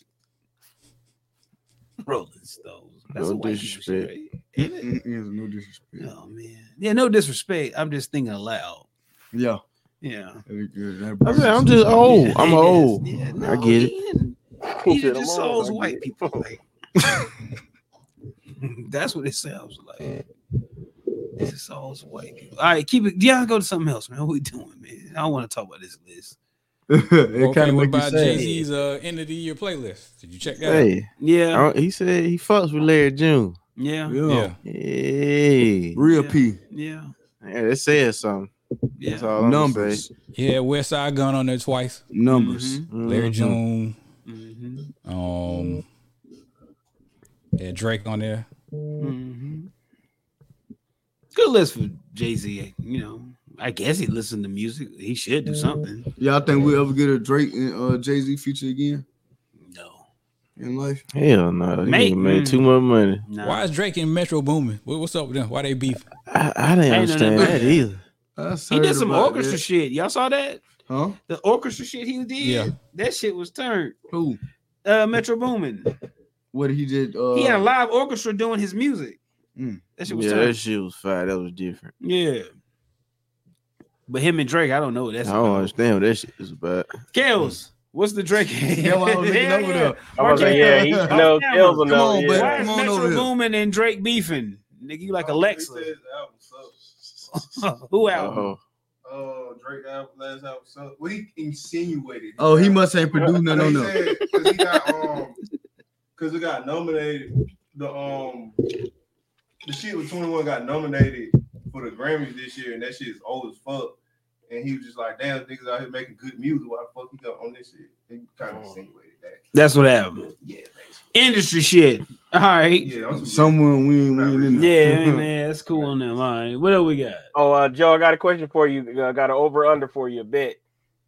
D: like. Rolling Stones. That's
C: No
D: a white people shit,
C: disrespect.
D: right? Ain't it?
A: Mm-mm, there's no disrespect.
D: Oh man. Yeah, no disrespect. I'm just thinking aloud.
A: Yeah,
D: Yeah.
A: that'd be good. That'd
C: I
A: be-
C: said, I'm just old. Oh, I'm
D: Yeah,
C: old.
D: yeah,
C: I get it.
D: man. These are just songs white people like. That's what it sounds like. This is always white people. All right, keep it. Yeah, go to something else, man. What we doing, man? I don't want to talk about this list.
I: okay,
D: kinda
I: what
D: make you
I: about
D: sad.
I: Jay Z's uh, end of the year playlist? Did you check that?
C: Hey,
D: yeah.
C: I don't- he said he fucks with Larry June.
D: Yeah.
I: Yeah.
C: Hey,
A: Real P.
D: Yeah.
C: yeah, that says something. That's all I'm
A: Numbers.
I: Yeah, West Side Gun on there twice.
A: Numbers.
I: Larry
C: Mhm.
I: June.
D: Mm-hmm.
I: Um, yeah, Drake on there.
D: Mhm. Good list for Jay Z. You know, I guess he listened to music. He should do something.
A: Y'all think we ever get a Drake and uh, Jay Z feature again
D: No,
A: in life?
C: Hell no, he
D: Mate,
C: nigga made
D: mm.
C: too much money.
D: no.
I: Why is Drake and Metro booming? What, what's up with them? Why they beefing?
C: I, I didn't
D: Ain't nothing
C: understand
D: but-
C: that either.
A: I
D: He
A: heard
D: did some
A: about
D: orchestra
A: that.
D: shit. Y'all saw that?
A: Huh?
D: The orchestra shit he did.
I: Yeah.
D: That shit was turned.
A: Who?
D: Uh, Metro Boomin.
A: What he did? Uh,
D: he had a live orchestra doing his music.
A: Mm.
D: That shit was
C: Yeah,
D: turned.
C: that shit was fire. That was different.
D: Yeah. But him and Drake, I don't know what that's
C: I don't
D: about.
C: understand what that shit is about.
D: Kels, what's the Drake?
A: Yeah, why I was looking
D: Hell
A: over
D: yeah.
A: there.
B: I was like, yeah, he
A: Mark
B: no,
D: Cameron.
B: Kells will
A: Come
B: know.
A: on,
B: yeah.
A: buddy.
D: Why is
A: Come on over
D: Metro
A: here.
D: Boomin and Drake beefing? Nigga, you
C: Oh,
D: like Alexa. Who out?
C: Oh,
J: Oh, Drake album, last album. So, well, he insinuated.
A: Oh, he must ain't produced
J: No,
A: none
J: no,
A: on
J: no.
A: them.
J: Because he got um, because it got nominated. The um, the shit with Twenty One got nominated for the Grammys this year, and that shit is old as fuck. And he was just like, "Damn, niggas out here making good music. Why the fuck he got on this shit?" He kind of insinuated that.
D: That's what happened.
J: Yeah,
D: Industry shit. All right.
J: yeah. I'm some
A: Someone we ain't, we ain't in there.
D: Yeah, man, that's cool on them. All right. What else we got?
B: Oh, uh, Joe, I got a question for you. I got an over under for you. Bet.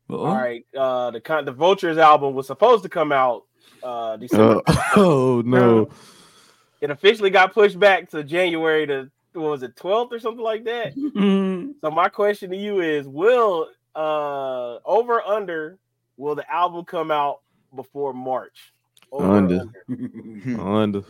B: All right. Uh, the con- the Vultures album was supposed to come out uh December.
C: oh, oh, no.
B: It officially got pushed back to January to what was it, twelfth or something like that.
D: Mhm.
B: So my question to you is: Will uh over under will the album come out before March? Over or
C: Under.
B: under.
C: I Under.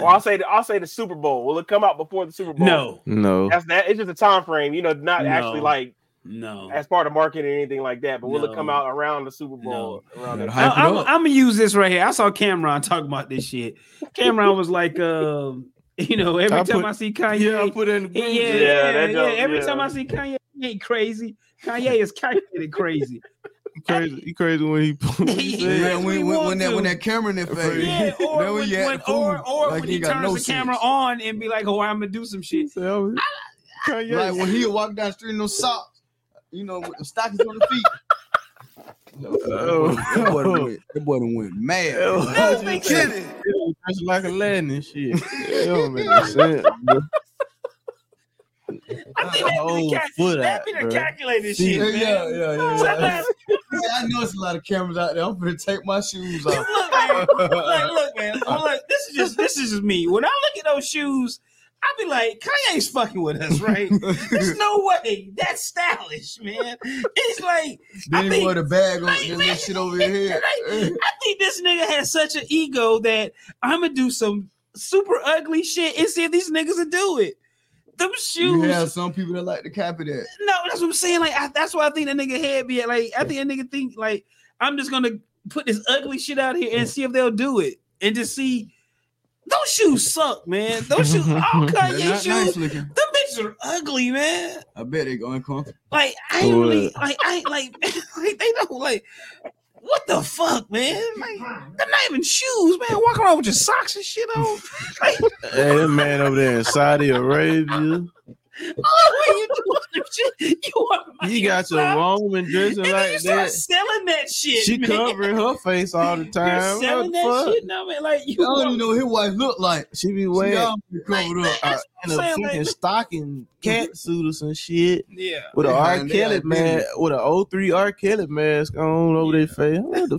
B: Or I'll say the, I'll say the Super Bowl. Will it come out before the Super Bowl?
D: No,
C: No.
B: That's that. It's just a time frame, you know, not actually
D: No.
B: like
D: no.
B: as part of marketing or anything like that. But will
D: No.
B: it come out around the Super Bowl? Around that
I: Gotta
B: time?
I: hype it
D: I, am
I: up.
D: gonna use this right here. I saw Cameron talking about this shit. Cameron was like, um, you know, every
C: I
D: time
C: put-
D: I see Kanye,
C: Yeah, I put it in the
D: yeah,
C: group.
D: yeah,
B: Yeah,
D: yeah,
B: that
D: yeah.
B: don't-
D: Every
B: yeah.
D: time I see Kanye, he ain't crazy. Kanye is calculated crazy.
C: You crazy, you crazy when he, when he said-
D: Yeah,
A: Yeah,
D: we
A: when, when,
D: want
A: when that
D: to.
A: when that camera in their face,
D: Yeah, or
A: Then
D: when,
A: you act
D: when-
A: a fool,
D: or, or
A: like
D: when
A: you
D: he
A: got
D: turns
A: no
D: the camera
A: sense.
D: on and be like, "Oh, I'm gonna do some shit."
C: said, oh, Kanye.
A: like when he walk down the street in no socks, you know, with the stockings on the feet.
C: Oh.
A: That boy done went, that boy done went mad.
C: Oh.
A: That boy kidding.
C: That's like a Latin and shit. That don't make no sense, bro.
D: I think that'd
C: Got the
D: be
C: whole
D: the, cal-
C: foot
D: that'd
C: out,
D: be the
C: bro.
D: calculated
C: See,
D: shit,
A: Yeah,
D: man.
A: yeah, yeah, yeah, yeah.
D: Sometimes-
A: Yeah, I know it's a lot of cameras out there. I'm gonna take my shoes off.
D: look, man, look, look, man. Well, look, this is just this is just me. When I look at those shoes, I be like, Kanye's fucking with us, right? There's no way. That's stylish, man. It's like
A: then
D: I
A: he
D: think-
A: wore the bag on
D: I
A: and that shit over his head.
D: I think this nigga has such an ego that I'm gonna do some super ugly shit and see if these niggas will do it. Them
A: You
D: shoes,
A: have some people that like to copy that.
D: no, that's what I'm saying. Like, I, that's why I think that nigga head be at. Like, I think that nigga think like I'm just gonna put this ugly shit out here and see if they'll do it and just see. Those shoes suck, man. Those shoes, all
A: They're
D: Kanye
A: not
D: shoes.
A: nice looking.
D: Them bitches are ugly, man.
A: I bet they go uncomfortable.
D: Like I ain't really,
C: What?
D: like I ain't like, like they don't like. What the fuck, man? Like they're not even shoes, man. Walking around with your socks and shit on. Like,
C: Hey, that man over there in Saudi Arabia.
D: oh, what you doing? them Shit? You want
C: He got your
D: socks?
C: woman
D: And
C: dressing
D: then you
C: like
D: start
C: that.
D: selling that shit.
C: She
D: man.
C: covering her face all the
D: You're
C: time.
D: selling
C: What
D: that
C: the fuck?
D: shit now, man. Like you,
A: I don't even know what his wife looked like.
C: She be
A: She
C: wearing
A: all covered up.
C: uh,
D: That's what I'm
C: in a
D: saying,
C: fucking
D: like- Mm-hmm.
C: stocking cat suit or some shit
D: yeah.
C: with a
A: Yeah,
C: R.
A: man, they
C: Kelly
A: like
C: man
A: this.
C: with an 03 R. Kelly mask on over their face. What the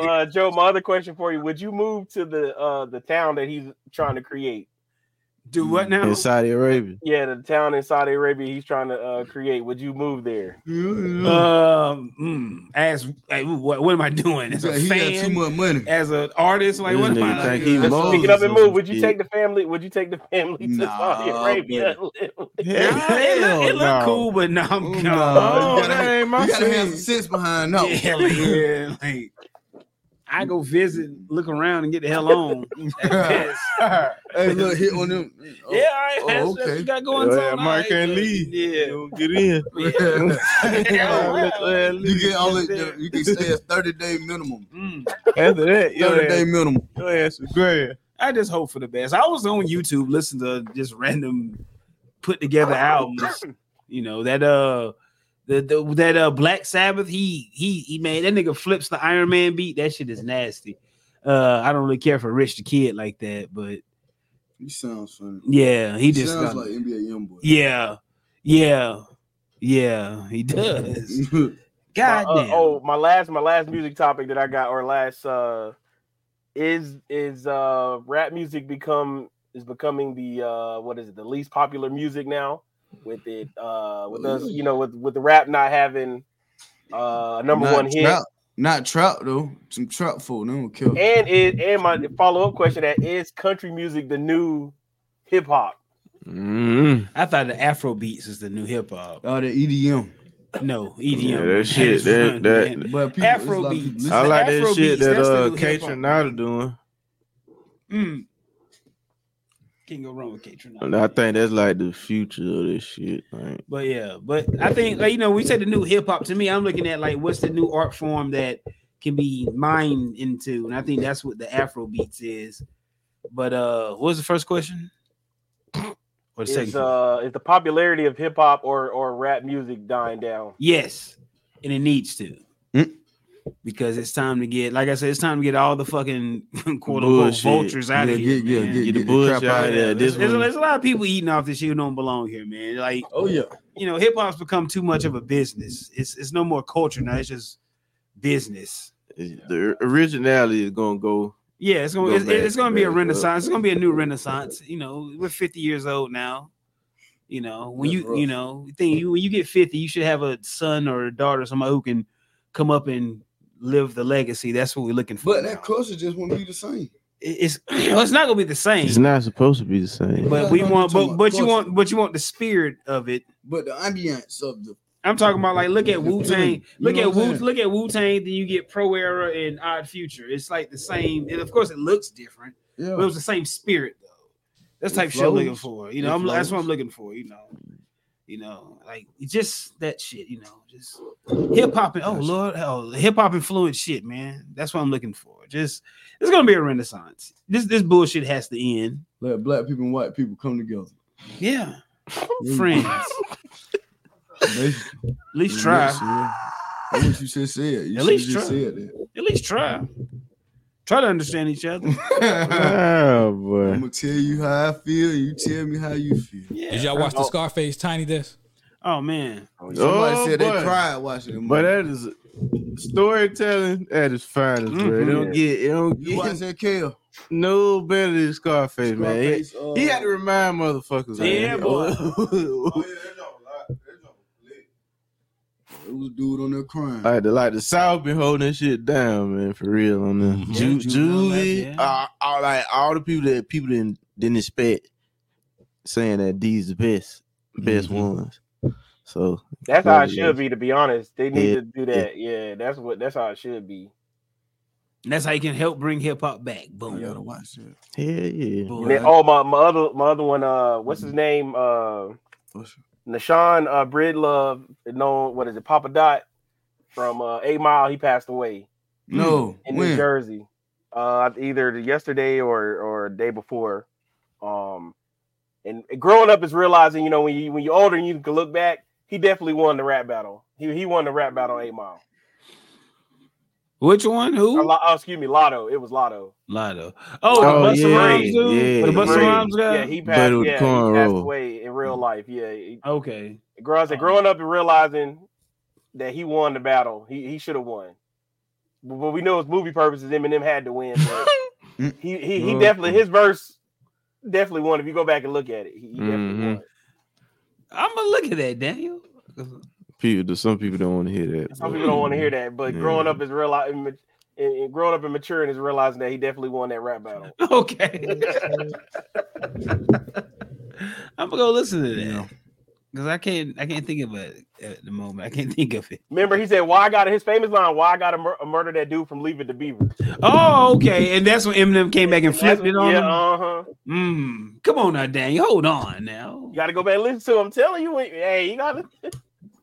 C: fuck?
B: uh, Joe, my other question for you: Would you move to the uh the town that he's trying to create?
D: Do what now?
C: In Saudi Arabia.
B: Yeah, the town in Saudi Arabia he's trying to uh, create. Would you move there?
D: Um, mm, as like, what, what am I doing as
A: He's like,
D: a
A: he got too
D: fan,
A: much money.
D: as an artist? Like,
C: This
D: what am
C: nigga
D: I? Like,
C: think he Moses
B: Pick it up and
C: or
B: move.
C: some
B: Would you
C: shit.
B: take the family? Would you take the family to
A: Nah,
B: Saudi Arabia?
D: nah, it look, it look
C: no.
D: cool, but no, I'm
A: Ooh,
D: gone.
A: nah.
C: Oh,
A: You gotta-
C: that ain't my
A: you gotta have some
C: shit.
A: sense behind no.
D: yeah, like, yeah, like, I go visit, look around, and get the hell on.
A: hey, look, hit on them. Oh.
D: yeah, all right. that's what you got going on. All right, but- Yeah.
C: Get in.
A: you get only you can stay a thirty day minimum.
D: After Mm. that, your
A: thirty day
D: ass-
A: minimum.
D: Your ass is great. I just hope for the best. I was on YouTube listening to just random put together albums. You know that uh the, the that uh Black Sabbath he he he made that nigga flips the Iron Man beat. That shit is nasty. Uh I don't really care for Rich the Kid like that, but
A: He sounds funny.
D: Yeah, he just
A: sounds
D: got-
A: like NBA young boy.
D: yeah, yeah, yeah, he
C: Uh,
D: does. God
B: My, uh,
D: damn.
B: oh, my last my last music topic that I got or last uh is is uh rap music become is becoming the uh what is it the least popular music now with it uh with us you know with with the rap not having uh a number
A: Not
B: one hit
A: Trout, not Trout though. Some Trout folk. They don't kill.
B: and is and my follow up question that is country music the new hip hop
C: Mm-hmm.
D: I thought the Afro beats is the new hip hop.
A: Oh, the EDM.
D: No, E EDM.
C: Yeah, that shit, that that.
A: But
D: people- it's a lot of people Afrobeats.
C: I like that
D: Afrobeats,
C: shit that
D: that's the
C: uh,
D: new hip-hop.
C: Katrin Nada doing.
D: Mm. Can't go wrong with K Trinidad.
C: And I think that's like the future of this shit. Like,
D: But yeah, but I think like you know, we said the new hip hop. To me, I'm looking at like what's the new art form that can be mined into, and I think that's what the Afro beats is. But uh, what was the first question? Or the
B: is
D: second?
B: uh is the popularity of hip hop or or rap music dying down
D: Yes, and it needs to.
C: Mm.
D: Because it's time to get, like I said, it's time to get all the fucking quote unquote
C: Bullshit.
D: vultures out of
C: Yeah,
D: here.
C: get- yeah,
D: man. uh,
C: get- Get the get the bullshit crap out of there. This
D: there's,
C: one-
D: there's a lot of people eating off this shit who don't belong here, man. Like,
A: oh yeah,
D: you know, hip hop's become too much of a business. It's it's no more culture now. It's just business.
C: the originality is gonna go.
D: Yeah, it's gonna
C: Go
D: it's, it's
C: back,
D: gonna be a
C: back up.
D: renaissance. It's gonna be a new renaissance. You know, we're 50 years old now. You know, when
C: That's
D: you
C: rough.
D: you know you think you when you get 50, you should have a son or a daughter, somebody who can come up and live the legacy. That's what we're looking for.
A: But that culture just won't be the same.
D: It's it's not gonna be the same.
C: It's not supposed to be the same.
D: But we want, but but you want, but you want the spirit of it.
A: But the ambiance of the.
D: I'm talking about like look at Wu Tang,
A: feeling, you
D: look
A: know
D: at
A: what I'm
D: Wu,
A: saying?
D: look at Wu Tang. Then you get Pro Era and Odd Future. It's like the same, and of course it looks different.
A: Yeah.
D: But it was the same spirit though. That's
A: It
D: type shit I'm looking
A: flows.
D: for. You
A: It
D: know, I'm, that's what
A: flows.
D: I'm looking for. You know, you know, like it's just that shit. You know, just hip hop and oh lord, oh hip hop influenced shit, man. That's what I'm looking for. Just it's gonna be a renaissance. This this bullshit has to end.
A: Let black people and white people come together.
D: Yeah,
A: Yeah.
D: friends.
A: At
D: least try.
A: That's what you just said. You
D: At least
A: shoulda just
D: try.
A: said that.
D: At least try. Try to understand each other.
C: Oh boy.
A: I'm gonna tell you how I feel. You tell me how you feel.
I: Did y'all watch the Scarface Tiny Desk?
D: Oh man.
A: Somebody
C: Oh,
A: said they
C: boy.
A: cried watching it.
C: But that is storytelling at its finest, bro. It don't
A: Mhm.
C: get it don't
A: You watch
C: get
A: that kill.
C: no better than Scarface, man. He-
A: Scarface, uh,
C: he, had to remind motherfuckers.
A: Yeah,
C: man.
A: boy. It was a dude on there crying.
C: Like the like the South been holding that shit down, man, for real on them. Ju- Juvie, uh, all like all the people that people didn't didn't expect saying that these the best best
A: Mm-hmm.
C: ones. So
B: That's how it should be, to be honest. They need
C: Yeah,
B: to do that. Yeah, that's what that's how it should be.
D: And that's how you can help bring hip hop back. Boom. You gotta watch it.
C: Yeah, yeah.
B: And then, oh my, my other my other one, uh what's his name? Uh Nashawn uh Bridlove, known what is it, Papa Dot from uh Eight Mile, he passed away.
C: Hmm.
A: No,
B: in New
A: when?
B: Jersey. Uh either yesterday or or day before. Um and growing up is realizing, you know, when you when you're older and you can look back, he definitely won the rap battle. He he won the rap battle on eight mile.
D: Which one? Who?
B: Oh, excuse me, Lotto. It was Lotto.
D: Lotto.
B: Oh,
D: Oh,
B: the
D: the
B: Busta
D: Busta
B: Rhymes
D: Rhymes dude.
C: yeah,
D: the Busta
C: yeah.
D: Rhymes guy.
B: Yeah, he passed,
C: But with
B: yeah, he passed
C: cornrow.
B: away in real life. Yeah. he-
D: Okay.
B: Grow- I said growing up and realizing that he won the battle, he, he should have won. But, but we know it's movie purposes. Eminem had to win. but he he, he
D: Mm.
B: definitely his verse definitely won. If you go back and look at it, he,
D: Mm-hmm.
C: Mhm.
D: I'm gonna look at that, Daniel.
C: People, some people don't want to hear that.
B: some
C: but-
B: people don't want to hear that. But
C: Yeah.
B: growing up is realizing, and, and growing up and maturing is realizing that he definitely won that rap battle.
D: Okay. I'm gonna go listen to that. Because I can't, I can't think of it at the moment. I can't think of it.
B: Remember, he said, "Why I got his famous line? Why I got to mur- murder that dude from Leaving the Beaver?"
D: Oh, okay. And that's when Eminem came back and flipped it on
B: yeah,
D: him.
B: uh huh.
D: Mm, come on now, Daniel. Hold on now.
B: You got to go back and listen to him. I'm telling you, hey, you got to.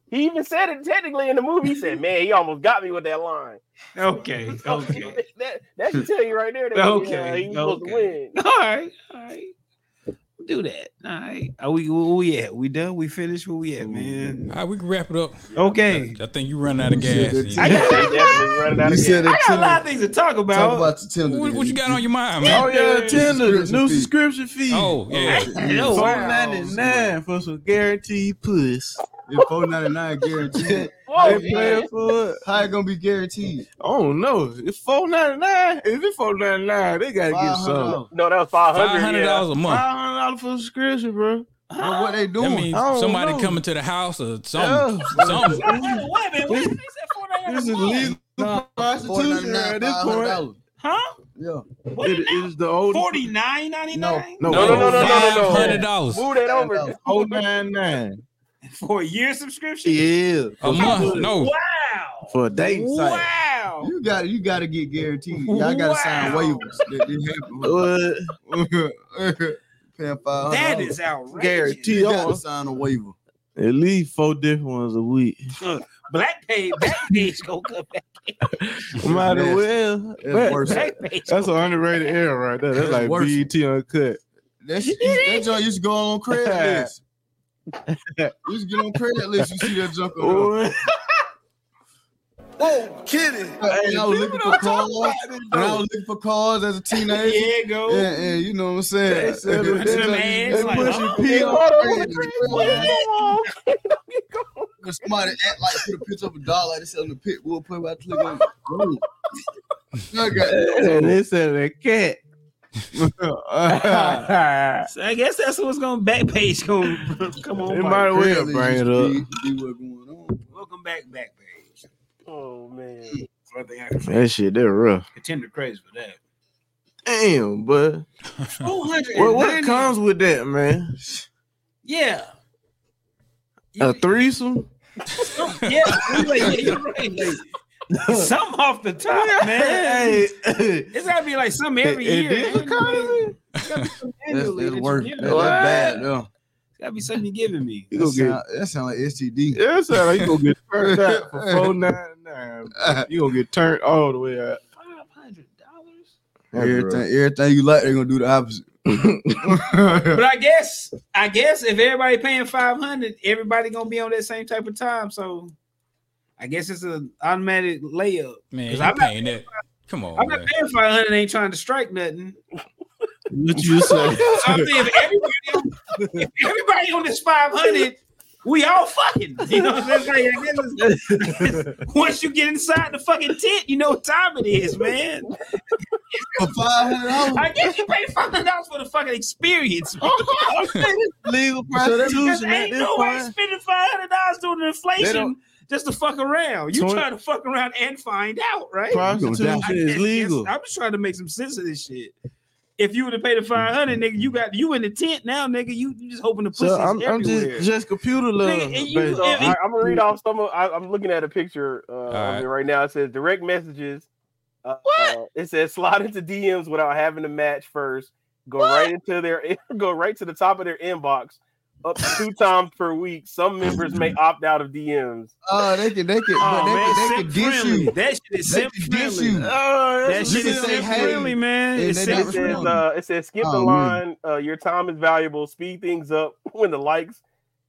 B: He even said it technically in the movie. He said, "Man, he almost got me with that line."
D: Okay. Okay.
B: That that should tell you right there. That
D: Okay,
B: uh, he was supposed to win.
D: All right. All right. We'll do that. All right. Are we where we at? We done? We finished? Where we at, man?
I: All right, we can wrap it up.
D: Okay.
I: I think you running out of gas.
D: said
I: You-
D: that- I got- I got a lot of things to talk about.
I: Talk
A: about the Tinder.
I: What, what you got on your mind, man?
D: Oh yeah, Tinder, new subscription fee.
I: Oh, yeah.
D: Yo,
I: Wow.
D: four ninety nine for some guaranteed puss.
A: Four ninety nine guaranteed.
B: Whoa,
D: they paying for it.
A: How it gonna be guaranteed?
D: I don't know. It's four ninety nine. If it's four ninety nine, they gotta get some.
B: No, that was five hundred.
I: $500 a month.
D: Five hundred dollars for a subscription, bro.
A: Bro, what they
I: That
A: doing?
I: means
D: I don't
I: somebody
D: know.
I: coming to the house or something.
D: Yeah.
I: something.
D: This is legal prostitution at this point, huh?
A: Yeah.
D: It it is the old
A: Forty
D: nine ninety
A: nine.
D: No,
B: No, no, no, no, no, no, no.
I: $500.
B: Move that over.
D: Oh nine nine. for a year subscription.
A: Yeah.
I: A month. No.
D: For a dating site.
B: Wow.
A: You got you got to get guaranteed. Y'all got to sign waivers. That
D: What?
A: didn't happen. Paying $500.
D: That is outrageous.
A: Guaranteed. You got to sign a waiver.
C: At least four different ones a week.
D: Uh, Black page, black page go come back.
C: Might
A: That's-
C: as well.
A: that's
C: Man,
A: worse.
D: Black page.
C: That's an underrated era right there. That's
A: That's
C: like
A: worse.
C: BET uncut.
A: That shit, that joint used to go on Craigslist. you used to get on Craigslist. You see that junk on. there.
C: Boy,
E: Whoa, kidding.
A: Hey, I was looking for cars. When I was looking for cars as a teenager.
D: Yeah, go.
A: Yeah, yeah, you know what I'm saying.
C: They sell them-
A: That
D: Them
A: junk-
D: ads,
A: they
D: like,
A: push
D: huh?
A: your pee on
B: What is
A: Craigslist.
B: going
A: When somebody act like put a picture of a dollar, they selling the pit bull play by click on it. Bro. I got
C: and they said a cat.
D: So I guess that's what's gonna back page come come on.
C: It
D: back.
C: might as well
A: Craigslist
C: bring
A: used
C: it up.
A: to Be, be what going on.
D: Welcome back, back page.
B: Oh man.
D: That's one thing I can
C: That shit, they're rough.
D: contender crazy for that.
C: Damn, but
D: Four hundred.
C: what, what comes with that, man?
D: Yeah.
C: A threesome?
D: Yeah, you're right, yeah, you're right. Like, some off the top, man.
C: Hey, hey.
D: It's gotta be like some every
C: In
D: year.
C: this
D: annually. It's gotta be something
A: That's,
D: annually
A: that's
D: that you
A: worth.
D: give
A: That,
D: me.
A: that's bad. Yeah.
D: It's gotta be something you're giving me.
C: You
A: That
C: gonna get
A: sound, that sound like STD.
C: Yeah, that sound like you gonna get turned out for four ninety nine. You gonna get turned all the way out.
D: Five hundred dollars.
A: Everything, everything you like, they're gonna do the opposite.
D: But I guess, I guess if everybody paying five hundred, everybody gonna be on that same type of time. So, I guess it's an automatic layup.
I: Man,
D: 'Cause
I: you
D: I'm not-
I: paying that. Come on,
D: I'm
I: Oh, man.
D: not paying five hundred. Ain't trying to strike nothing.
C: What you say?
D: So I'm saying if everybody, if everybody on this five hundred, we all fucking. You know what I'm saying? Like, I guess it's- once you get inside the fucking tent, you know what time it is, man.
A: For five hundred dollars.
D: I guess you pay five hundred dollars for the fucking experience. man. Because
C: Legal prostitution at
D: ain't
C: this
D: no way
C: point.
D: spending five hundred dollars during
C: They
D: inflation
C: don't-
D: just to fuck around. You
C: Twenty-
D: trying to fuck around and find out, right?
C: Prostitution
D: I
C: is
D: guess-
C: legal.
D: I'm just trying to make some sense of this shit. If you would have paid the five hundred, nigga, you got you in the tent now, nigga. You, you just hoping the pussy
C: So I'm, I'm
D: everywhere.
C: just just computer love.
D: Nigga, and you-
C: basically.
B: So
D: It-
B: I, I'm gonna read off some. Of, I, I'm looking at a picture uh,
I: right.
B: of it right now. It says direct messages. Uh,
D: What?
B: uh, it says slide into DMs without having to match first. Go right into their go right to the top of their inbox. Up to two times per week. Some members may opt out of DMs.
A: Oh, they can, they can,
D: oh,
A: but they,
D: man,
A: can, they can diss
D: simp friendly.
A: you.
D: That shit is
A: They
D: simp
A: can diss
D: friendly.
A: you.
C: Oh,
D: That
C: that's
D: shit
A: can
D: is
A: say,
D: simp
A: hey,
D: friendly, man.
A: they-
D: It's
A: they not
D: simp
B: It says
A: friendly.
B: uh, it says skip the
A: Oh, man.
B: line. Uh, your time is valuable. Speed things up when the likes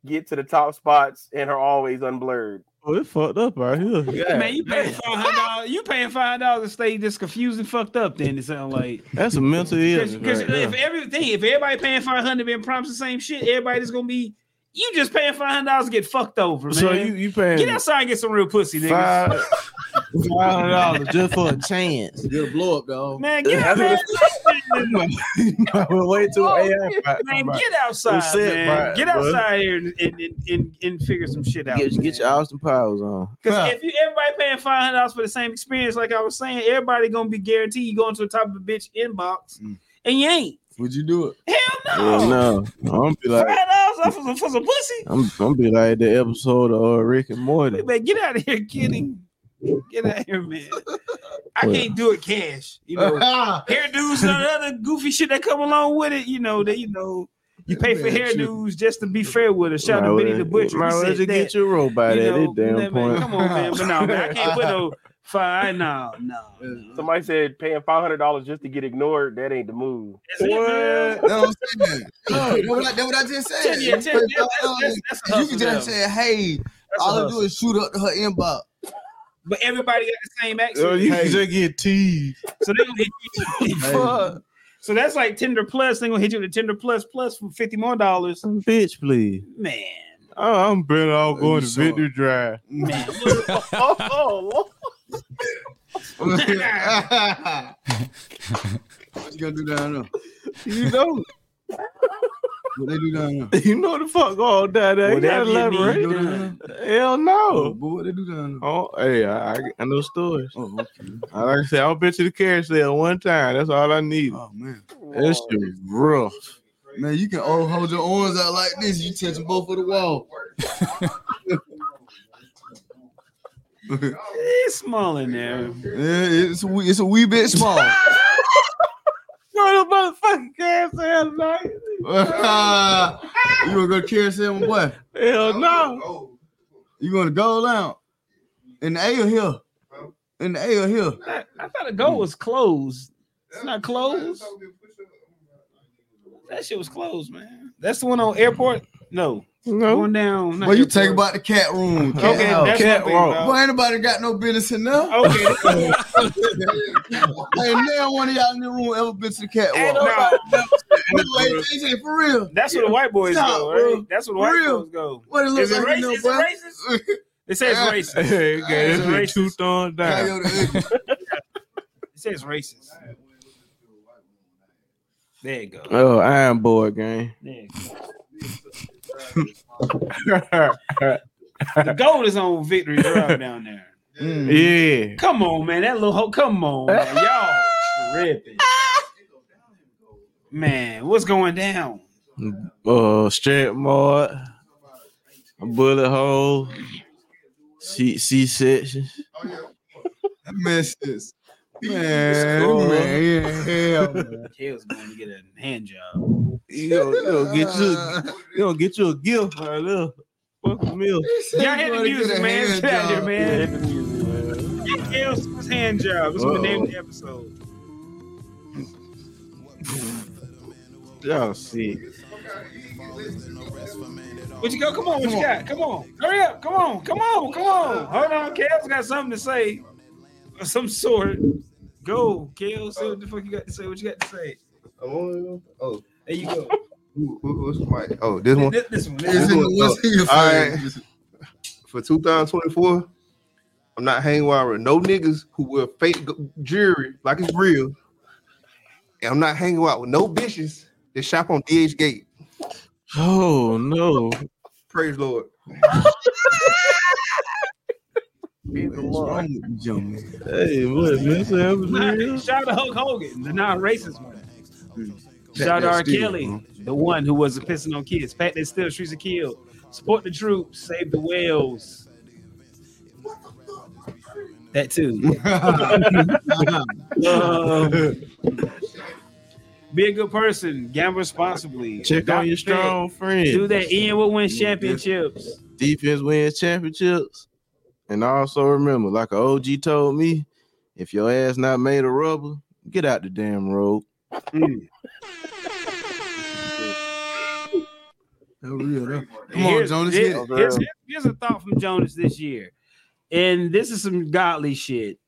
B: get to the top spots and are always unblurred.
C: oh, it fucked up right here.
D: Man, you paying five hundred dollars. You paying five dollars to stay just confused and fucked up. Then it sound like
C: That's a mental illness.
D: because
C: right
D: if
C: there.
D: everything, if everybody paying five hundred being promised the same shit, everybody's gonna be you just paying five hundred dollars to get fucked over, man.
C: so you you
D: get
C: paying
D: outside and get some real pussy, nigga.
C: five five hundred dollars just for a chance.
A: Get a blow up, dog.
D: Man, get out man.
C: Wait till AI. fight
D: Man,
C: somebody.
D: get outside,
C: Who said
D: man.
C: Brian,
D: get
C: bro?
D: outside here and, and, and, and, and figure some shit out.
C: Get, get your Austin Powers on.
D: Because if you everybody paying five hundred dollars for the same experience, like I was saying, everybody gonna be guaranteed you going to the top of the bitch inbox,
A: Mm.
D: and you ain't.
A: Would you do it?
D: Hell no.
C: Well, no, I'm gonna be like,
D: Five dollars out for some, for some pussy.
C: I'm I'm be like the episode of uh, Rick and Morty.
D: Man, get out of here, Kenny. Get out of here, man. I
C: Mm. Well.
D: can't do it cash. You know, hairdos and all the other goofy shit that come along with it. You know, they you know you pay for
C: Man, you-
D: hairdos just to be fair with us. Shout out to
C: Might
D: Benny
C: well-
D: the Butcher.
C: Might
D: He
C: as well
D: said
C: just get
D: that.
C: your robot
D: You
C: at
D: know,
C: this damn
D: man,
C: point.
D: Come on, man. But no, man, I can't put no fine. No, no.
B: Somebody said paying five hundred dollars just to get ignored. That ain't the move.
A: No, I'm saying that. That's what I- that's what I just said.
B: Ten, yeah, ten,
A: You
B: yeah, that's- that's- that's a
A: you
D: hustle
A: can just
D: now.
A: say, "Hey,
D: a
A: all I do is shoot up to her inbox."
D: But everybody got the same accent.
C: Yo, you
D: Hey.
C: can just get teased.
D: So they gonna hit you. Fuck. So that's like Tinder Plus. They gonna hit you with a Tinder Plus Plus for fifty more dollars.
C: Bitch, please.
D: Man,
C: I- I'm better off going to Victor Drive.
D: man. oh,
A: What you gonna do down there?
C: You know,
A: What they do down
C: you know the fuck going down there. You gotta
A: Whatever you need,
C: elaborate.
A: you
C: Oh.
A: know.
C: Hell no.
A: But Oh, what they do down there?
C: Oh, hey, I, I, I know stories. I- Like I said, I'll bet you the carriage sale one time. That's all I need.
A: Oh man,
C: this shit is rough.
A: Man, you can all hold your arms out like this. You touching both of the wall.
D: it's small in there. Yeah,
A: it's a wee, it's a wee bit small.
C: Go to motherfucking carriage sale tonight.
A: you gonna go to carousel, my boy?
C: Hell no.
A: You gonna go down in the A or here? In the A or here?
D: I, I thought the goal was closed. It's not closed. That shit was closed, man. That's the one on airport. No,
C: no.
D: Going down. not
A: Well, you
D: airport.
A: talk about the cat room. Cat
D: Okay,
A: house.
D: that's Cat my thing, room. dog.
A: Boy, ain't nobody got no business in there.
D: Okay.
A: ain't never one of y'all in the room ever been to the cat
D: Ain't
A: walk.
D: nobody-
A: No, wait, AJ, for real.
D: That's where the white boys
A: Nah,
D: go,
A: bro.
D: right? That's where
A: For
D: the white
A: real.
D: boys go.
A: What it looks
D: Is it
A: like,
D: racist?
A: you know,
D: Is
A: boy.
D: it racist? They say it's racist.
C: Hey, okay,
D: It's
C: this been
D: racist.
C: two thumbs down.
D: It says racist. There you go.
C: Oh, I am bored, gang.
D: There you go. the gold is on Victory Drive down there.
A: Mm,
C: Yeah.
D: Come on, man. That little hoe. Come on, man. y'all tripping. Man, what's going down?
C: Uh, strip mod, bullet hole, C C section.
A: Misses. Man, man, hell, man.
D: Tails going to get a hand job.
C: You gonna, you gonna get you, you gonna get you a gift right there. Fuck the meal.
D: Y'all hit the music, man. Get out of here, man.
B: Hit the music, man.
D: Tails was hand job. That's what the name of the episode.
C: Y'all see.
D: What you got? Come on, what you got? Come on. Hurry up. Come on. Come on. Come on. Hold on. Kels got something to say of some sort. Go, Kels. Say what the fuck you got to say. What you got to say?
L: Oh,
D: There you go.
L: who- who- who's my? Oh, this one.
D: This, this one.
L: This one, uh, all right. For 2024, I'm not hanging out with no niggas who wear fake g- jewelry like it's real, and I'm not hanging out with no bitches that shop on DH Gate.
C: Oh no.
L: Praise Lord.
C: Hey, what? Miss
D: Nah,
C: Evans?
D: Shout out Hulk Hogan, the non-racist one. Shout out R. Kelly, the one who was pissing on kids. Pat that still streets are killed. Support the troops, save the whales. That too. Um, be a good person. Gamble responsibly.
C: Check on
D: Adopt a
C: your
D: pet.
C: strong friends.
D: Do that. Ian will win championships.
C: Defense wins championships. And also remember, like an OG told me, if your ass not made of rubber, get out the damn road.
A: That real, though.
D: And
A: Come on,
D: here's-
A: Jonas,
D: here-
A: hit it.
D: Here's, here's a thought from Jonas this year, and this is some godly shit.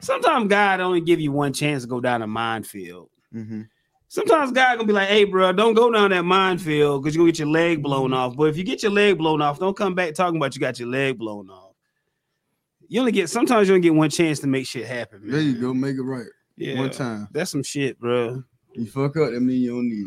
D: Sometimes God only give you one chance to go down a minefield. Sometimes God gonna be like, "Hey, bro, don't go down that minefield because you're gonna get your leg blown off." But if you get your leg blown off, don't come back talking about you got your leg blown off. You only get sometimes you only get one chance to make shit happen. Man.
A: There you go, make it right.
D: Yeah.
A: One time.
D: That's some shit, bro.
A: You fuck up, that mean you don't need it.